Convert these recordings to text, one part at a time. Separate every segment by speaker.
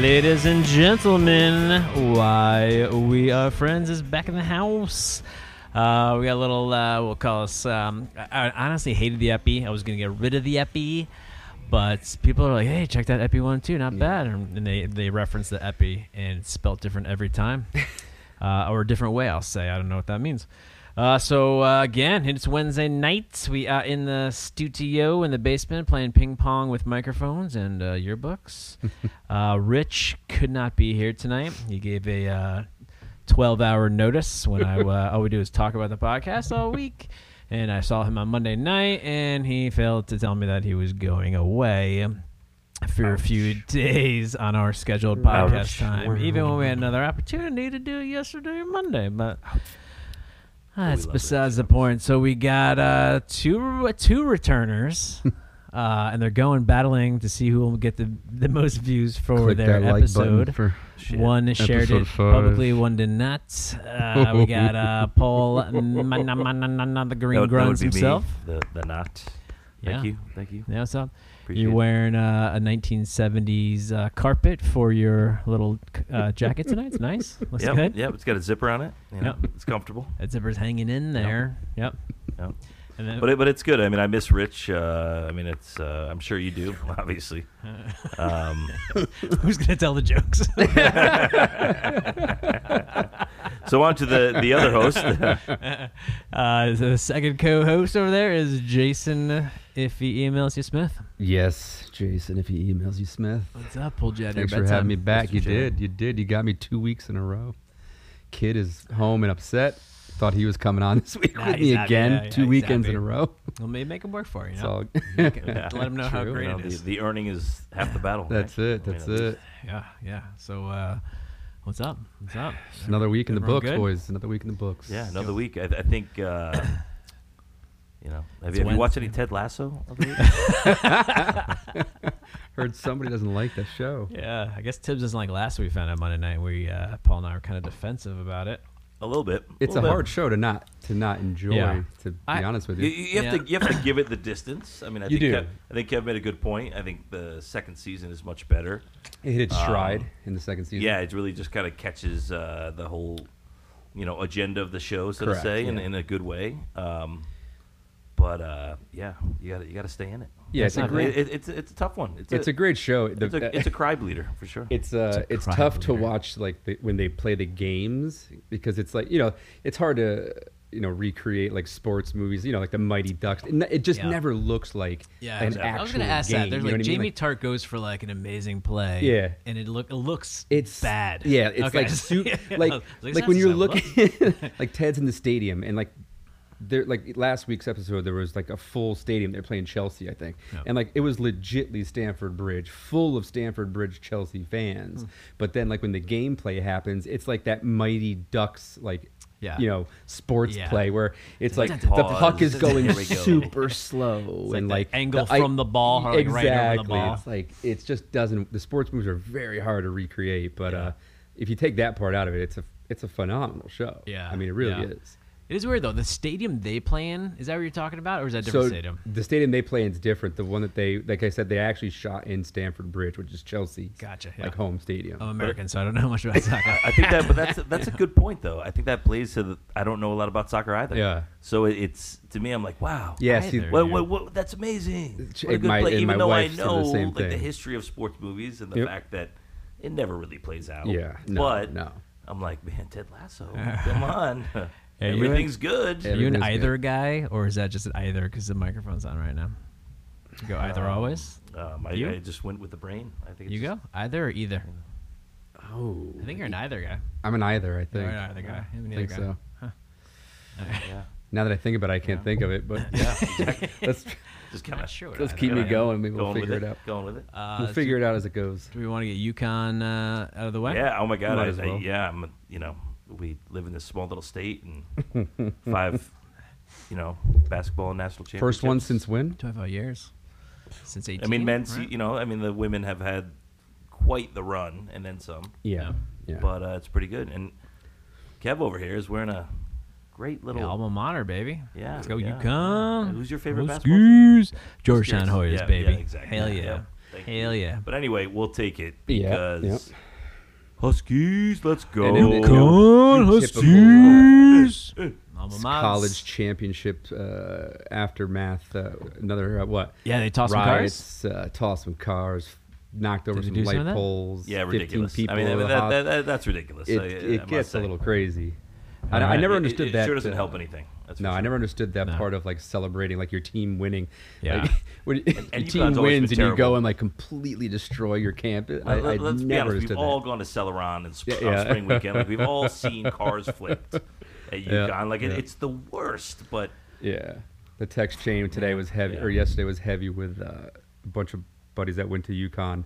Speaker 1: Ladies and gentlemen, why we are friends is back in the house. Uh, we got a little. Uh, we'll call us. Um, I, I honestly hated the epi. I was gonna get rid of the epi, but people are like, "Hey, check that epi one too. Not bad." And and they they reference the epi and it's spelled different every time, uh, or a different way. I'll say. I don't know what that means. Uh, so uh, again, it's Wednesday night. We are in the studio in the basement playing ping pong with microphones and uh, yearbooks. uh, Rich could not be here tonight. He gave a uh, 12 hour notice when I uh, all we do is talk about the podcast all week. And I saw him on Monday night, and he failed to tell me that he was going away for a few days on our scheduled podcast
Speaker 2: Ouch.
Speaker 1: time, even when we had another opportunity to do it yesterday or Monday. But that's
Speaker 2: love
Speaker 1: besides the point. So we got uh, two two returners, uh, and they're going battling to see who will get the the most views for
Speaker 3: Click
Speaker 1: their
Speaker 3: that like button
Speaker 1: episode.
Speaker 3: for-
Speaker 1: one shared
Speaker 3: Episode
Speaker 1: it
Speaker 3: five.
Speaker 1: publicly, one did not. Uh, we got uh, Paul, Manamana, the Green
Speaker 2: That would- that would
Speaker 1: Grunts
Speaker 2: be me,
Speaker 1: himself.
Speaker 2: The, the knot.
Speaker 1: Yeah.
Speaker 2: Thank you. Thank you.
Speaker 1: Yeah, what's up?
Speaker 2: Appreciate
Speaker 1: You're
Speaker 2: it.
Speaker 1: wearing uh, a 1970s uh, carpet for your little uh, jacket tonight. It's nice. Looks
Speaker 2: yep,
Speaker 1: good.
Speaker 2: Yep. It's got a zipper on it. You know,
Speaker 1: Yep.
Speaker 2: It's comfortable.
Speaker 1: That zipper's hanging in there. Yep.
Speaker 2: Yep.
Speaker 1: And then,
Speaker 2: But it, but it's good. I mean, I miss Rich. Uh, I mean, it's uh, I'm sure you do, obviously. Um,
Speaker 1: who's gonna tell the jokes?
Speaker 2: so on to the the other host.
Speaker 1: Uh, the second co-host over there is Jason. If he emails you, Smith.
Speaker 3: Yes, Jason, if he emails you, Smith.
Speaker 1: What's up? Pulled you out of your
Speaker 3: Thanks for
Speaker 1: bedtime.
Speaker 3: having me back. You
Speaker 2: Mr. J.
Speaker 3: did. You did. You got me two weeks in a row. Kid is home and upset. Thought he was coming on this week
Speaker 1: Nah,
Speaker 3: with
Speaker 1: he's
Speaker 3: me
Speaker 1: happy.
Speaker 3: again.
Speaker 1: Yeah, yeah,
Speaker 3: two
Speaker 1: he's
Speaker 3: weekends
Speaker 1: happy.
Speaker 3: in a row.
Speaker 1: Well, maybe make him work for you. you
Speaker 3: It's
Speaker 1: know? Let
Speaker 3: all-
Speaker 1: him know how
Speaker 3: True.
Speaker 1: great
Speaker 2: you know,
Speaker 1: it
Speaker 2: the,
Speaker 1: is.
Speaker 2: the earning is half the battle.
Speaker 3: That's
Speaker 2: right?
Speaker 3: it.
Speaker 2: I mean,
Speaker 3: That's
Speaker 2: it's-
Speaker 3: it.
Speaker 1: Yeah, yeah. So, uh, what's up? What's up?
Speaker 3: Another week in the
Speaker 1: Everyone
Speaker 3: books,
Speaker 1: good?
Speaker 3: boys. Another week in the books.
Speaker 2: Yeah, another week. I, I think. Uh, you know, have,
Speaker 1: It's
Speaker 2: you, have you watched
Speaker 1: Wednesday.
Speaker 2: any Ted Lasso? of late?
Speaker 3: Heard somebody doesn't like that show.
Speaker 1: Yeah, I guess Tibbs isn't like last we found out Monday night. We uh, Paul and I were kind of defensive about it.
Speaker 2: a little bit.
Speaker 3: It's a
Speaker 2: little bit.
Speaker 3: hard show to not to not enjoy.
Speaker 1: Yeah.
Speaker 3: To be
Speaker 1: I-
Speaker 3: honest with
Speaker 2: You,
Speaker 3: you,
Speaker 2: you you have
Speaker 1: Yeah.
Speaker 2: to you have to give it the distance. I mean, I
Speaker 3: You
Speaker 2: think
Speaker 3: do.
Speaker 2: Kev, I think Kev made a good point. I think the second season is much better.
Speaker 3: it hit its
Speaker 1: Uh,
Speaker 2: um,
Speaker 3: stride in the second season.
Speaker 2: Yeah, it really just kind of catches uh, the whole you know agenda of the show, so
Speaker 3: Correct,
Speaker 2: to say, in,
Speaker 3: yeah.
Speaker 2: in a good way. Um, but uh, yeah, you got to you got to stay in it.
Speaker 3: yeah. It's
Speaker 1: It's
Speaker 3: a
Speaker 1: not
Speaker 3: great.
Speaker 2: It, it- it's it's a tough one. It's,
Speaker 3: It's
Speaker 2: a,
Speaker 3: a great show. The- uh,
Speaker 2: it's a, it's a cry bleeder for sure.
Speaker 3: it's uh
Speaker 1: a
Speaker 3: it's
Speaker 1: crime
Speaker 3: tough to
Speaker 1: leader.
Speaker 3: watch like the, when they play the games because it's like you know it's hard to you know recreate like sports movies you know like the Mighty Ducks it, ne- it just
Speaker 1: Yeah.
Speaker 3: never looks like an actual
Speaker 1: I was gonna ask
Speaker 3: game,
Speaker 1: that. There's
Speaker 3: you know
Speaker 1: like
Speaker 3: what I mean?
Speaker 1: Jamie Tart goes for like an amazing play.
Speaker 3: Yeah.
Speaker 1: and it look it looks
Speaker 3: it's
Speaker 1: bad.
Speaker 3: Yeah, it's
Speaker 1: Okay.
Speaker 3: like soup.
Speaker 1: Yeah, I
Speaker 3: like
Speaker 1: was
Speaker 3: like,
Speaker 1: that's
Speaker 3: when you're
Speaker 1: just how it
Speaker 3: looking
Speaker 1: looks.
Speaker 3: like Ted's in the stadium and like there like last week's episode there was like a full stadium they're playing Chelsea I think
Speaker 1: Yeah.
Speaker 3: and like it was legitly Stanford Bridge full of Stanford Bridge Chelsea fans
Speaker 1: Hmm.
Speaker 3: but then like when the gameplay happens it's like that mighty ducks like
Speaker 1: Yeah.
Speaker 3: you know sports
Speaker 1: Yeah.
Speaker 3: play where it's like the
Speaker 2: Pause.
Speaker 3: puck is going
Speaker 2: Here we go.
Speaker 3: super
Speaker 1: It's
Speaker 3: slow
Speaker 1: like
Speaker 3: and
Speaker 1: the
Speaker 3: like
Speaker 1: angle
Speaker 3: i-
Speaker 1: from the ball, or, like, right over the
Speaker 3: exactly.
Speaker 1: ball.
Speaker 3: It's like it's just doesn't. The sports moves are very hard to recreate, but uh, if you take that part out of it, it's a it's a phenomenal show.
Speaker 1: Yeah,
Speaker 3: I mean it really
Speaker 1: yeah.
Speaker 3: is.
Speaker 1: it is weird though. The stadium they play in is that what you're talking about, or is that a different stadium?
Speaker 3: the stadium they play in is different. The one that they, like I said, they actually shot in Stamford Bridge, which is Chelsea.
Speaker 1: Gotcha, yeah. Oh,
Speaker 3: Like home stadium.
Speaker 1: I'm American, so I don't know much about soccer.
Speaker 2: I think that, but that's that's a good point though. I think that plays to the. I don't know a lot about soccer either.
Speaker 3: Yeah.
Speaker 2: So it, it's to me, I'm like, wow.
Speaker 3: yeah, see,
Speaker 1: either.
Speaker 2: Well,
Speaker 1: Yeah.
Speaker 2: well, well, that's amazing. What
Speaker 3: Ch-
Speaker 2: a
Speaker 3: and
Speaker 2: good
Speaker 3: my-
Speaker 2: play.
Speaker 3: and my
Speaker 2: Even though I
Speaker 3: wife said the
Speaker 2: know
Speaker 3: same
Speaker 2: like the
Speaker 3: thing.
Speaker 2: history of sports movies and the
Speaker 3: Yep.
Speaker 2: fact that it never really plays out.
Speaker 3: Yeah, no,
Speaker 2: but
Speaker 3: no.
Speaker 2: I'm like, man, Ted Lasso, come on,
Speaker 1: you ain't-
Speaker 2: everything's good.
Speaker 3: Yeah.
Speaker 1: Are you an
Speaker 3: Everything's
Speaker 1: either guy, or is that just an either because the microphone's on right now? You go either always.
Speaker 2: Um, I,
Speaker 1: You?
Speaker 2: I just went with the brain. I think it's
Speaker 1: You
Speaker 2: just-
Speaker 1: go either or either.
Speaker 3: oh,
Speaker 1: I think you're an either guy.
Speaker 3: I'm an either. I think.
Speaker 1: You're an either guy. You're an
Speaker 3: I
Speaker 1: either
Speaker 3: think
Speaker 1: guy.
Speaker 3: so.
Speaker 2: Yeah,
Speaker 3: Now that I think about it, I can't think of it, but
Speaker 2: yeah. exactly.
Speaker 3: let's
Speaker 2: just kind
Speaker 1: Not
Speaker 2: of
Speaker 1: sure what
Speaker 3: let's
Speaker 1: either
Speaker 3: keep
Speaker 1: guy
Speaker 3: me
Speaker 1: is.
Speaker 3: going. Maybe we'll
Speaker 2: going with
Speaker 3: figure it out.
Speaker 2: Going with it.
Speaker 1: Uh,
Speaker 3: We'll
Speaker 1: do-
Speaker 3: figure it out as it goes.
Speaker 1: Do we want to get UConn uh, out of the way?
Speaker 2: Yeah. Oh my God.
Speaker 3: Might
Speaker 2: I,
Speaker 3: as
Speaker 2: I-
Speaker 3: well.
Speaker 2: yeah. I'm. a- You know, we live in this small little state and five. You know, basketball and national championships.
Speaker 3: First one since when?
Speaker 1: 25 years. Since 18.
Speaker 2: I mean, men's.
Speaker 1: right?
Speaker 2: You know, I mean, the women have had quite the run and then some.
Speaker 3: Yeah. Yeah.
Speaker 2: But uh, it's pretty good. And Kev over here is wearing a great
Speaker 1: Yeah,
Speaker 2: little.
Speaker 1: alma mater, baby.
Speaker 2: Yeah,
Speaker 1: Let's go
Speaker 2: yeah.
Speaker 1: UConn.
Speaker 2: Who's your favorite
Speaker 1: Go
Speaker 2: basketball team?
Speaker 1: Skews. Georgetown Hoyas,
Speaker 2: Yeah,
Speaker 1: baby.
Speaker 2: Yeah, exactly.
Speaker 1: Hell yeah.
Speaker 2: Yep. Thank
Speaker 1: Hell yeah.
Speaker 2: But anyway, we'll take it
Speaker 3: Yeah,
Speaker 2: because
Speaker 3: yep.
Speaker 2: Huskies, let's go.
Speaker 3: And then, you know,
Speaker 1: on,
Speaker 3: the typical,
Speaker 1: Alma
Speaker 3: uh,
Speaker 1: maters.
Speaker 3: college championship uh, aftermath. Uh, another uh, what?
Speaker 1: Yeah, they toss some cars.
Speaker 3: Riots, uh, tossed some cars, knocked over
Speaker 1: they
Speaker 3: some
Speaker 1: do some
Speaker 3: light
Speaker 1: of that?
Speaker 3: poles.
Speaker 2: yeah,
Speaker 3: 15
Speaker 2: ridiculous.
Speaker 3: People
Speaker 2: I mean,
Speaker 3: over the
Speaker 2: that,
Speaker 3: hop.
Speaker 2: that, that, that's ridiculous.
Speaker 3: it,
Speaker 2: I- I- I
Speaker 3: it
Speaker 2: must
Speaker 3: gets a
Speaker 2: say.
Speaker 3: little crazy. I,
Speaker 1: Alright.
Speaker 3: I never
Speaker 2: It-
Speaker 3: understood
Speaker 2: it,
Speaker 3: that.
Speaker 2: Sure doesn't
Speaker 3: uh,
Speaker 2: help anything. That's for
Speaker 3: No, I
Speaker 2: sure.
Speaker 3: never understood that
Speaker 1: No.
Speaker 3: part of like celebrating like your team winning.
Speaker 1: Yeah.
Speaker 3: Like, when your
Speaker 2: UConn's always
Speaker 3: team
Speaker 2: been
Speaker 3: wins and you
Speaker 2: terrible.
Speaker 3: go and like completely destroy your camp. I,
Speaker 2: Let-
Speaker 3: I
Speaker 2: Let's be
Speaker 3: never
Speaker 2: honest. We've
Speaker 3: understood
Speaker 2: all
Speaker 3: that.
Speaker 2: gone to Celeron and sp-
Speaker 3: Yeah,
Speaker 2: on
Speaker 3: yeah.
Speaker 2: spring weekend. Like we've all seen cars flipped at UConn. like it,
Speaker 3: yeah.
Speaker 2: it's the worst. But
Speaker 3: Yeah. The text chain today was heavy, or
Speaker 2: Yeah.
Speaker 3: yesterday was heavy with uh, a bunch of buddies that went to UConn.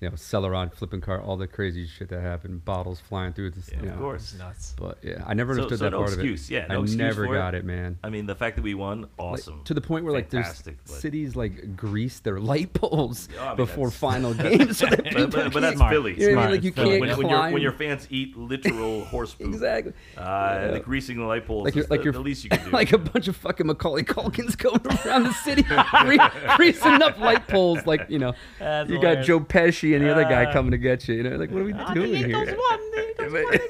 Speaker 3: You know, Celeron flipping car, all the crazy shit that happened, bottles flying through. This,
Speaker 2: yeah,
Speaker 3: you
Speaker 2: of
Speaker 3: know.
Speaker 2: course.
Speaker 1: Nuts.
Speaker 3: But yeah, I never
Speaker 2: So-
Speaker 3: understood
Speaker 2: so
Speaker 3: that
Speaker 2: no
Speaker 3: part
Speaker 2: excuse.
Speaker 3: of it.
Speaker 2: Yeah, no
Speaker 3: I
Speaker 2: excuse
Speaker 3: never
Speaker 2: for it.
Speaker 3: got it, man.
Speaker 2: I mean, the fact that we won,
Speaker 3: Like,
Speaker 2: awesome.
Speaker 3: to the point where like there's
Speaker 2: Fantastic, but-
Speaker 3: cities like grease their light poles
Speaker 2: Yeah, I mean,
Speaker 3: before
Speaker 2: that's-
Speaker 3: final games. so that people
Speaker 2: But, but, but that's
Speaker 1: Smart.
Speaker 2: Philly.
Speaker 3: You know what I
Speaker 1: Smart.
Speaker 3: mean? Like you
Speaker 1: It's Philly.
Speaker 3: can't
Speaker 2: When, when, your,
Speaker 3: climb.
Speaker 2: when your fans eat literal horse poop,
Speaker 3: exactly.
Speaker 2: Uh, The greasing the light poles
Speaker 3: Like
Speaker 2: is
Speaker 3: you're, like
Speaker 2: the,
Speaker 3: you're
Speaker 2: the least you can do.
Speaker 3: like a bunch of fucking Macaulay Culkins going around the city, gre- greasing up light poles. Like you know,
Speaker 1: That's
Speaker 3: you
Speaker 1: hilarious.
Speaker 3: got Joe Pesci and the other guy
Speaker 2: Uh,
Speaker 1: Ah.
Speaker 3: coming to get you. You know, like what are we doing here?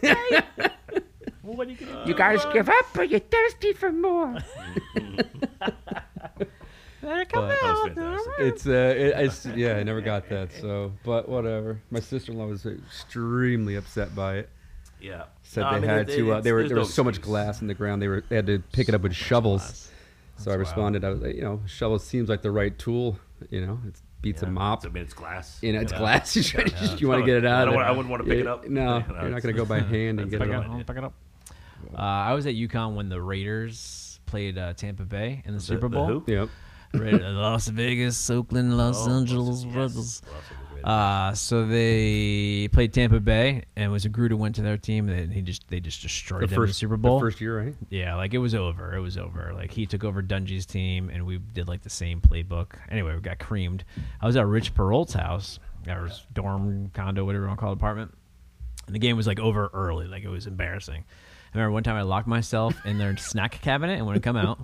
Speaker 1: What are you gonna
Speaker 4: You guys give up, but you're thirsty for more.
Speaker 1: Better come
Speaker 3: But-
Speaker 2: That was
Speaker 1: out.
Speaker 2: fantastic.
Speaker 3: It's uh, it, it's yeah, I never got that. So, but whatever. My sister-in-law was extremely upset by it.
Speaker 2: yeah.
Speaker 3: Said
Speaker 2: No,
Speaker 3: they
Speaker 2: I mean,
Speaker 3: had
Speaker 2: it-
Speaker 3: to. Uh,
Speaker 2: it's-
Speaker 3: there were
Speaker 2: there's
Speaker 3: there
Speaker 2: no
Speaker 3: was so much
Speaker 2: excuse.
Speaker 3: glass in the ground. They were they had to pick it up with shovels.
Speaker 1: glass.
Speaker 3: So I responded. I was like, you know, shovel seems like the right tool. You know, it beats
Speaker 2: Yeah.
Speaker 3: a mop.
Speaker 2: I mean, it's glass.
Speaker 3: you know, it's
Speaker 2: Yeah.
Speaker 3: glass. You, try to, you want to get it
Speaker 2: I
Speaker 3: out.
Speaker 2: don't
Speaker 3: of
Speaker 2: wanna-
Speaker 3: there.
Speaker 2: I wouldn't wanna pick it
Speaker 3: Yeah,
Speaker 2: up.
Speaker 3: No,
Speaker 2: You know,
Speaker 3: you're
Speaker 2: it's-
Speaker 3: not going to go by hand
Speaker 2: that's
Speaker 3: and get
Speaker 2: a
Speaker 3: it
Speaker 2: good
Speaker 3: out.
Speaker 2: one.
Speaker 1: Pick it up. Uh, I was at UConn when the Raiders played uh, Tampa Bay in the, Super
Speaker 2: the
Speaker 1: Bowl.
Speaker 2: who?
Speaker 3: Yep.
Speaker 1: Ra- Las Vegas, Oakland, Los
Speaker 2: Oh,
Speaker 1: Angeles
Speaker 2: yes.
Speaker 1: Raiders.
Speaker 2: Los Angeles Raiders.
Speaker 1: Uh, so they played Tampa Bay, and it was a Gruder went to their team, and he just they just destroyed
Speaker 3: The
Speaker 1: them in the
Speaker 3: first
Speaker 1: Super Bowl.
Speaker 3: the first year, right?
Speaker 1: Yeah, like it was over. It was over. Like he took over Dungy's team, and we did like the same playbook. Anyway, we got creamed. I was at Rich Perolt's house, our dorm, condo, whatever you want to call it, apartment, and the game was like over early. Like it was embarrassing. I remember one time I locked myself in their snack cabinet and wouldn't come out.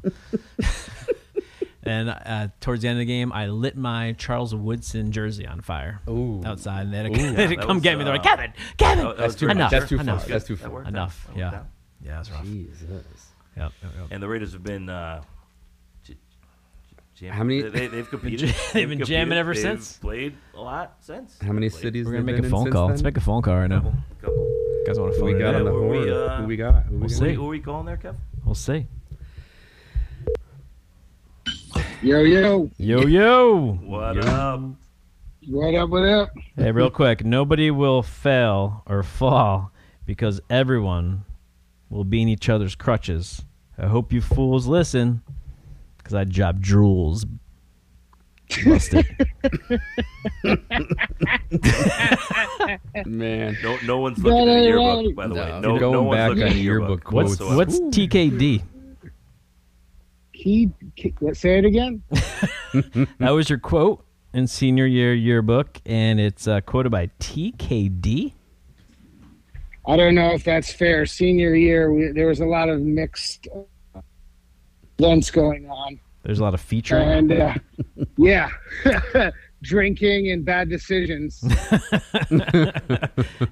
Speaker 1: and uh, towards the end of the game, I lit my Charles Woodson jersey on fire
Speaker 3: Ooh.
Speaker 1: outside, and they had to, they had to
Speaker 2: That
Speaker 1: come
Speaker 2: was,
Speaker 1: get me. They're
Speaker 2: uh,
Speaker 1: like, Kevin, Kevin,
Speaker 2: that- that was
Speaker 3: too
Speaker 2: very
Speaker 1: enough,
Speaker 3: much. That's too
Speaker 1: enough,
Speaker 3: far. That's too far.
Speaker 2: worked out.
Speaker 1: enough.
Speaker 2: That worked
Speaker 1: Yeah,
Speaker 2: out.
Speaker 1: yeah, that's rough.
Speaker 3: Jesus.
Speaker 1: Yep, yep, yep.
Speaker 2: And the Raiders have been. Uh, j- j-
Speaker 3: How many-
Speaker 2: They, they, have competed.
Speaker 1: They've been
Speaker 2: competed.
Speaker 1: jamming ever
Speaker 2: They've
Speaker 1: since.
Speaker 2: Played a lot since.
Speaker 3: How many
Speaker 2: Played
Speaker 3: cities?
Speaker 1: We're
Speaker 3: they've
Speaker 1: gonna make a
Speaker 3: been in
Speaker 1: phone
Speaker 3: since
Speaker 1: call. Let's
Speaker 3: then?
Speaker 1: make a phone call right
Speaker 2: a Couple.
Speaker 1: now.
Speaker 2: couple.
Speaker 1: You guys want to
Speaker 3: Who
Speaker 1: phone
Speaker 3: we
Speaker 1: it
Speaker 3: got
Speaker 1: up?
Speaker 3: on the
Speaker 2: Who we,
Speaker 3: horn?
Speaker 2: uh,
Speaker 3: Who we got? Who we
Speaker 1: we'll
Speaker 3: got?
Speaker 1: see.
Speaker 2: Who are we calling there, Kev?
Speaker 1: We'll see.
Speaker 5: Yo, yo,
Speaker 1: Yo yo.
Speaker 2: What up?
Speaker 5: what up, what up?
Speaker 1: Hey, real quick. Nobody will fail or fall because everyone will be in each other's crutches. I hope you fools listen, because I drop drools. Bust it.
Speaker 3: Man.
Speaker 2: No, no one's
Speaker 5: That
Speaker 2: looking at the
Speaker 5: ain't
Speaker 2: yearbook,
Speaker 5: right.
Speaker 2: by the way.
Speaker 3: No,
Speaker 2: No,
Speaker 3: you're going
Speaker 2: no one's
Speaker 3: back
Speaker 2: looking at
Speaker 3: on
Speaker 2: the yearbook.
Speaker 3: yearbook
Speaker 1: What's
Speaker 3: quotes.
Speaker 2: whatsoever.
Speaker 1: what's TKD?
Speaker 5: He, he- say it again.
Speaker 1: That was your quote in senior year yearbook, and it's uh, quoted by TKD.
Speaker 5: I don't know if that's fair. Senior year, we, there was a lot of mixed uh, events going on,
Speaker 1: There's a lot of featuring.
Speaker 5: and uh, yeah, drinking and bad decisions.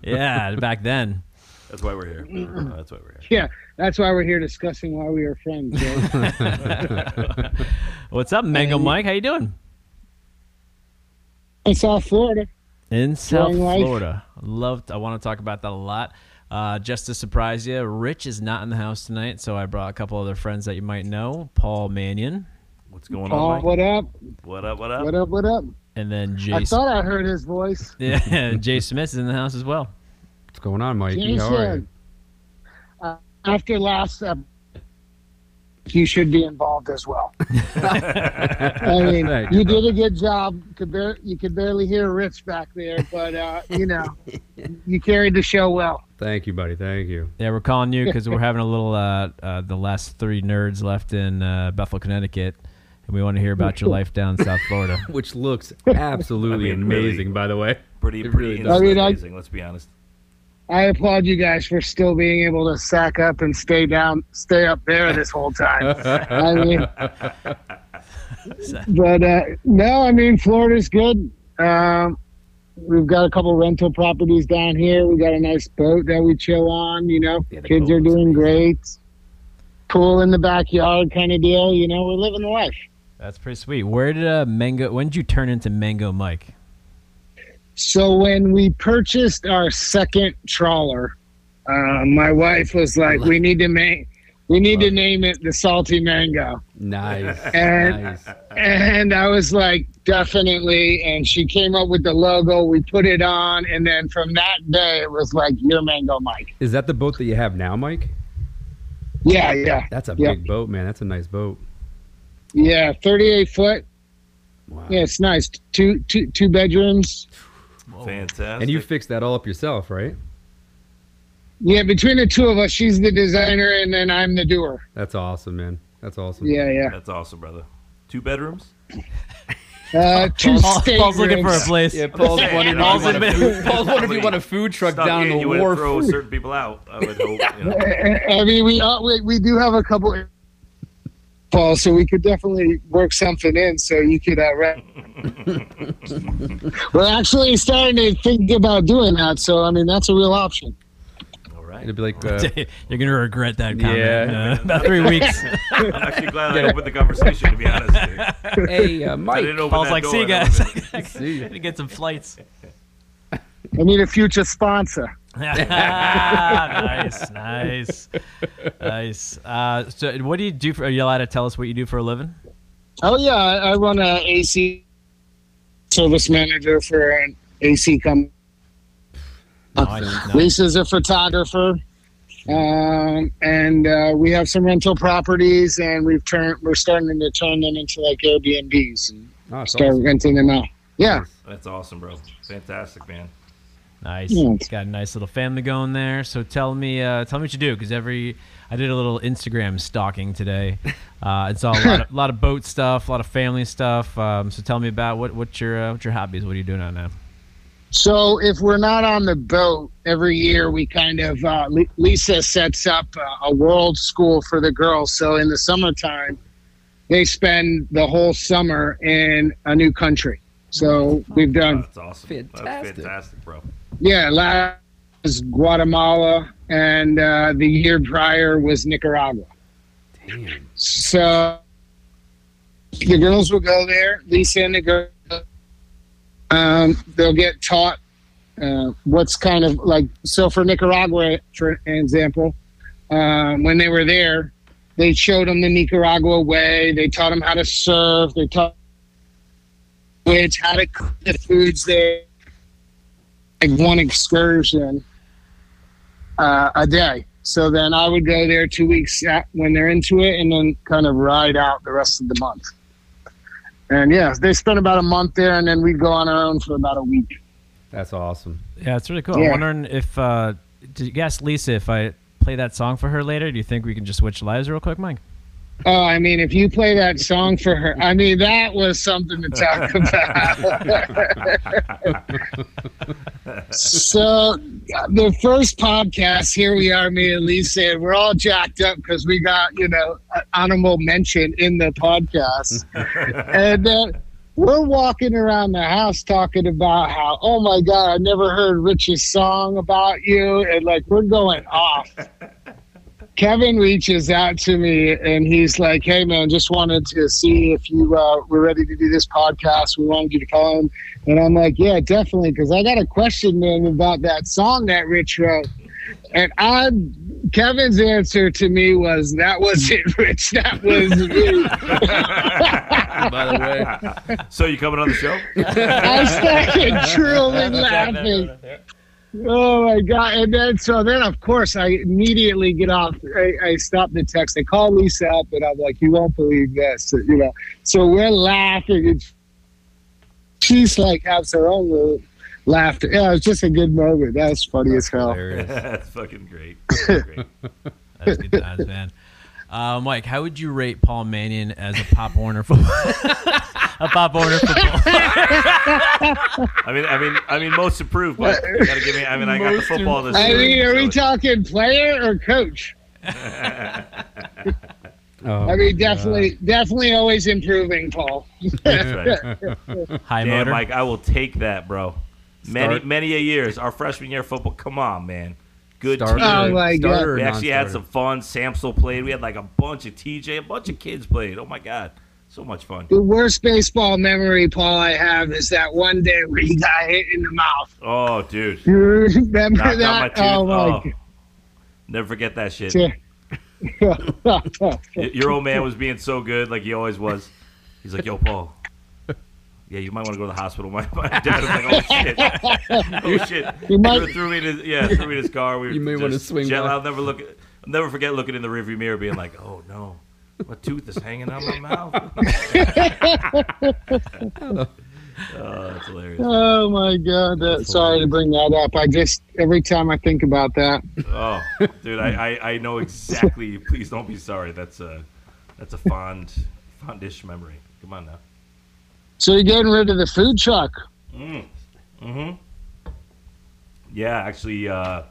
Speaker 1: yeah, back then.
Speaker 2: That's why we're here. Uh, That's why we're here.
Speaker 5: Yeah, that's why we're here discussing why we are friends. Joe.
Speaker 1: What's up, Mango Mike? How you doing?
Speaker 5: In South Florida,
Speaker 1: In South
Speaker 5: Long life.
Speaker 1: Florida. Love. I want to talk about that a lot. Uh, just to surprise you, Rich is not in the house tonight, so I brought a couple other friends that you might know: Paul Mannion,
Speaker 2: What's going
Speaker 5: Paul,
Speaker 2: on, Mike?
Speaker 5: Oh, what up?
Speaker 2: Oh, What up? What up?
Speaker 5: What up? What up?
Speaker 1: and then
Speaker 5: I
Speaker 1: Jay. Sm-
Speaker 5: thought I heard his voice.
Speaker 1: yeah, Jay Smith is in the house as well.
Speaker 3: What's going on, Mikey? How are you?
Speaker 5: Jason, uh, after last, uh, you should be involved as well. I mean,
Speaker 3: Thanks,
Speaker 5: you did a good job. Could bar- you could barely hear Rich back there, but uh, you know, you carried the show well.
Speaker 3: Thank you, buddy. Thank you.
Speaker 1: Yeah, we're calling you because we're having a little. Uh, uh, the last three nerds left in uh, Bethel, Connecticut, and we want to hear about your life down in South Florida.
Speaker 3: Which looks absolutely
Speaker 2: I mean, really.
Speaker 3: amazing, by the way.
Speaker 2: Pretty,
Speaker 3: It
Speaker 2: pretty
Speaker 3: really
Speaker 2: instantly
Speaker 5: does. I mean, I-
Speaker 2: amazing. Let's be honest.
Speaker 5: I applaud you guys for still being able to sack up and stay down, stay up there this whole time. I mean, but uh, no, I mean Florida's good. Um, we've got a couple rental properties down here. We got a nice boat that we chill on. You know,
Speaker 2: Yeah, the
Speaker 5: kids
Speaker 2: boat
Speaker 5: are
Speaker 2: looks
Speaker 5: doing
Speaker 2: amazing.
Speaker 5: great. Pool in the backyard, kind of deal. You know, we're living the life.
Speaker 1: That's pretty sweet. Where did uh, Mango? When did you turn into Mango Mike?
Speaker 5: So when we purchased our second trawler, uh, my wife was like, "We need to make, we need to name it the Salty Mango,"
Speaker 3: Nice.
Speaker 5: and
Speaker 3: nice.
Speaker 5: and I was like, "Definitely." And she came up with the logo. We put it on, and then from that day, it was like, "Your Mango Mike."
Speaker 3: Is that the boat that you have now, Mike?
Speaker 5: Yeah, yeah,
Speaker 3: That's a
Speaker 5: Yeah.
Speaker 3: big boat, man. That's a nice boat.
Speaker 5: yeah. Thirty-eight foot.
Speaker 3: Wow.
Speaker 5: Yeah, it's nice. Two, two, two bedrooms.
Speaker 2: Fantastic.
Speaker 3: And you fixed that all up yourself, right?
Speaker 5: Yeah, between the two of us, she's the designer, and then I'm the doer.
Speaker 3: That's awesome, man. That's awesome.
Speaker 5: Yeah, yeah.
Speaker 2: That's awesome, brother. Two bedrooms.
Speaker 5: Uh, two
Speaker 1: Paul-
Speaker 5: state
Speaker 1: Paul's looking for a
Speaker 5: rooms.
Speaker 1: place.
Speaker 3: Yeah, Paul's
Speaker 2: saying,
Speaker 3: wondering
Speaker 2: you know,
Speaker 3: if you want a
Speaker 2: it's
Speaker 3: food, Paul's wondering if you
Speaker 2: probably
Speaker 3: want a food truck
Speaker 2: Stop
Speaker 3: down
Speaker 2: here,
Speaker 3: in
Speaker 2: you
Speaker 3: the
Speaker 2: wouldn't
Speaker 3: wharf.
Speaker 2: throw certain people out. I would hope. You know.
Speaker 5: I mean, we, all, we we do have a couple, Paul, so we could definitely work something in. So you could. Uh, re- We're actually starting to think about doing that. So I mean, that's a real option.
Speaker 2: All right.
Speaker 3: It'd be like, uh,
Speaker 1: You're gonna regret that comment.
Speaker 3: Yeah.
Speaker 1: uh, about three weeks.
Speaker 2: I'm actually glad I opened the conversation. To be honest, with you.
Speaker 3: hey, uh,
Speaker 2: I
Speaker 3: Mike.
Speaker 2: didn't open
Speaker 1: Paul's
Speaker 2: that
Speaker 1: like,
Speaker 2: door.
Speaker 1: see you
Speaker 2: That
Speaker 1: guys.
Speaker 2: would've been-
Speaker 3: See ya."
Speaker 1: gonna get some flights.
Speaker 5: I need a future sponsor.
Speaker 1: nice, nice, nice. Uh, so, what do you do for? Are you allowed to tell us what you do for a living?
Speaker 5: Oh yeah, I I run a AC service manager for an AC company.
Speaker 1: Nice, nice.
Speaker 5: Lisa's a photographer, um, and uh, we have some rental properties, and we've turned we're starting to turn them into like Airbnbs and
Speaker 3: Oh, it's
Speaker 5: start
Speaker 3: awesome.
Speaker 5: renting them out. Yeah,
Speaker 2: That's awesome, bro. Fantastic, man.
Speaker 1: Nice.
Speaker 5: Yeah.
Speaker 1: Got a nice little family going there. So tell me, uh, tell me what you do, because every I did a little Instagram stalking today. Uh, it's all a lot, of, lot of boat stuff, a lot of family stuff. Um, so tell me about what what your uh, what your hobbies? What are you doing out now?
Speaker 5: So if we're not on the boat every year, we kind of uh, Li- Lisa sets up a, a world school for the girls. So in the summertime, they spend the whole summer in a new country. So we've done
Speaker 2: That's awesome.
Speaker 3: Fantastic.
Speaker 2: That's fantastic, bro.
Speaker 5: yeah, last was Guatemala, and uh, the year prior was Nicaragua.
Speaker 3: Damn.
Speaker 5: So the girls will go there. Lisa and the girls, um, they'll get taught uh, what's kind of like. So for Nicaragua, for example, um, when they were there, they showed them the Nicaragua way. They taught them how to surf. They taught which how to cook the foods there. Like one excursion uh, a day. So then I would go there two weeks at, when they're into it, and then kind of ride out the rest of the month. And yeah, they spend about a month there, and then we'd go on our own for about a week.
Speaker 3: That's awesome.
Speaker 1: Yeah, it's really cool. I'm
Speaker 5: Yeah.
Speaker 1: wondering if uh, did you ask Lisa if I play that song for her later? Do you think we can just switch lives real quick, Mike?
Speaker 5: Oh, I mean, if you play that song for her, I mean, that was something to talk about. so, the first podcast, here we are, me and Lisa, and we're all jacked up because we got, you know, an honorable mention in the podcast. and then we're walking around the house talking about how, oh my God, I never heard Rich's song about you. And like, we're going off. Kevin reaches out to me and he's like, "Hey man, just wanted to see if you uh, were ready to do this podcast. We wanted you to call in." And I'm like, "Yeah, definitely," because I got a question, man, about that song that Rich wrote. And I, Kevin's answer to me was, "That wasn't Rich. That was me."
Speaker 3: By the way,
Speaker 2: so you coming on the show?
Speaker 5: I started drooling laughing. Oh my god! And then so then of course I immediately get off. I, I stop the text. I call Lisa up, and I'm like, "You won't believe this," you know. So we're laughing, and she's like, has her own little laughter. Yeah, it was just a good moment. That was funny as hell.
Speaker 3: hilarious.
Speaker 2: That's fucking great. Fucking great.
Speaker 1: That's good times, man. Uh, Mike, how would you rate Paul Mannion as a Pop Warner football? a Pop Warner football.
Speaker 2: I mean, I mean, I mean, most approved. But you gotta give me. I mean, I got the football this
Speaker 5: I
Speaker 2: year.
Speaker 5: mean, are we
Speaker 2: so
Speaker 5: talking player or coach?
Speaker 3: Oh,
Speaker 5: I mean, definitely, definitely always improving, Paul.
Speaker 2: That's right.
Speaker 1: High
Speaker 2: Damn,
Speaker 1: motor.
Speaker 2: Mike, I will take that, bro. Many,
Speaker 3: Start-
Speaker 2: many a years. Our freshman year of football. Come on, man. Good
Speaker 3: starter,
Speaker 2: team.
Speaker 5: Oh, my God.
Speaker 3: starter or
Speaker 2: We actually had some
Speaker 3: non-starter?
Speaker 2: fun. Samsel played. We had like a bunch of TJ, a bunch of kids played. Oh my god, so much fun.
Speaker 5: The worst baseball memory, Paul, I have is that one day where he got hit in the mouth.
Speaker 2: Oh, dude,
Speaker 5: You remember
Speaker 2: knocked out my
Speaker 5: that?
Speaker 2: tooth.
Speaker 5: oh my
Speaker 2: Oh. never forget that shit.
Speaker 5: god. Oh,
Speaker 2: Y- Your old man was being so good, like he always was. He's like, "Yo, Paul, yeah, you might want to go to the hospital." My, my dad was like, "Oh shit, oh shit."
Speaker 5: You might-
Speaker 2: Threw- threw me in his yeah, threw me in his car. We
Speaker 3: You may
Speaker 2: just
Speaker 3: wanna swing
Speaker 2: Jet,
Speaker 3: by.
Speaker 2: I'll never look. At, I'll never forget looking in the rearview mirror, being like, "Oh no, my tooth is hanging out my mouth." oh, that's hilarious.
Speaker 5: Oh my god. That, sorry to bring that up. I just every time I think about that.
Speaker 2: Oh, dude, I, I, I know exactly. Please don't be sorry. That's a that's a fond fondish memory. Come on now.
Speaker 5: So you're getting rid of the food truck.
Speaker 2: Mm. Mm-hmm. Yeah, actually, uh,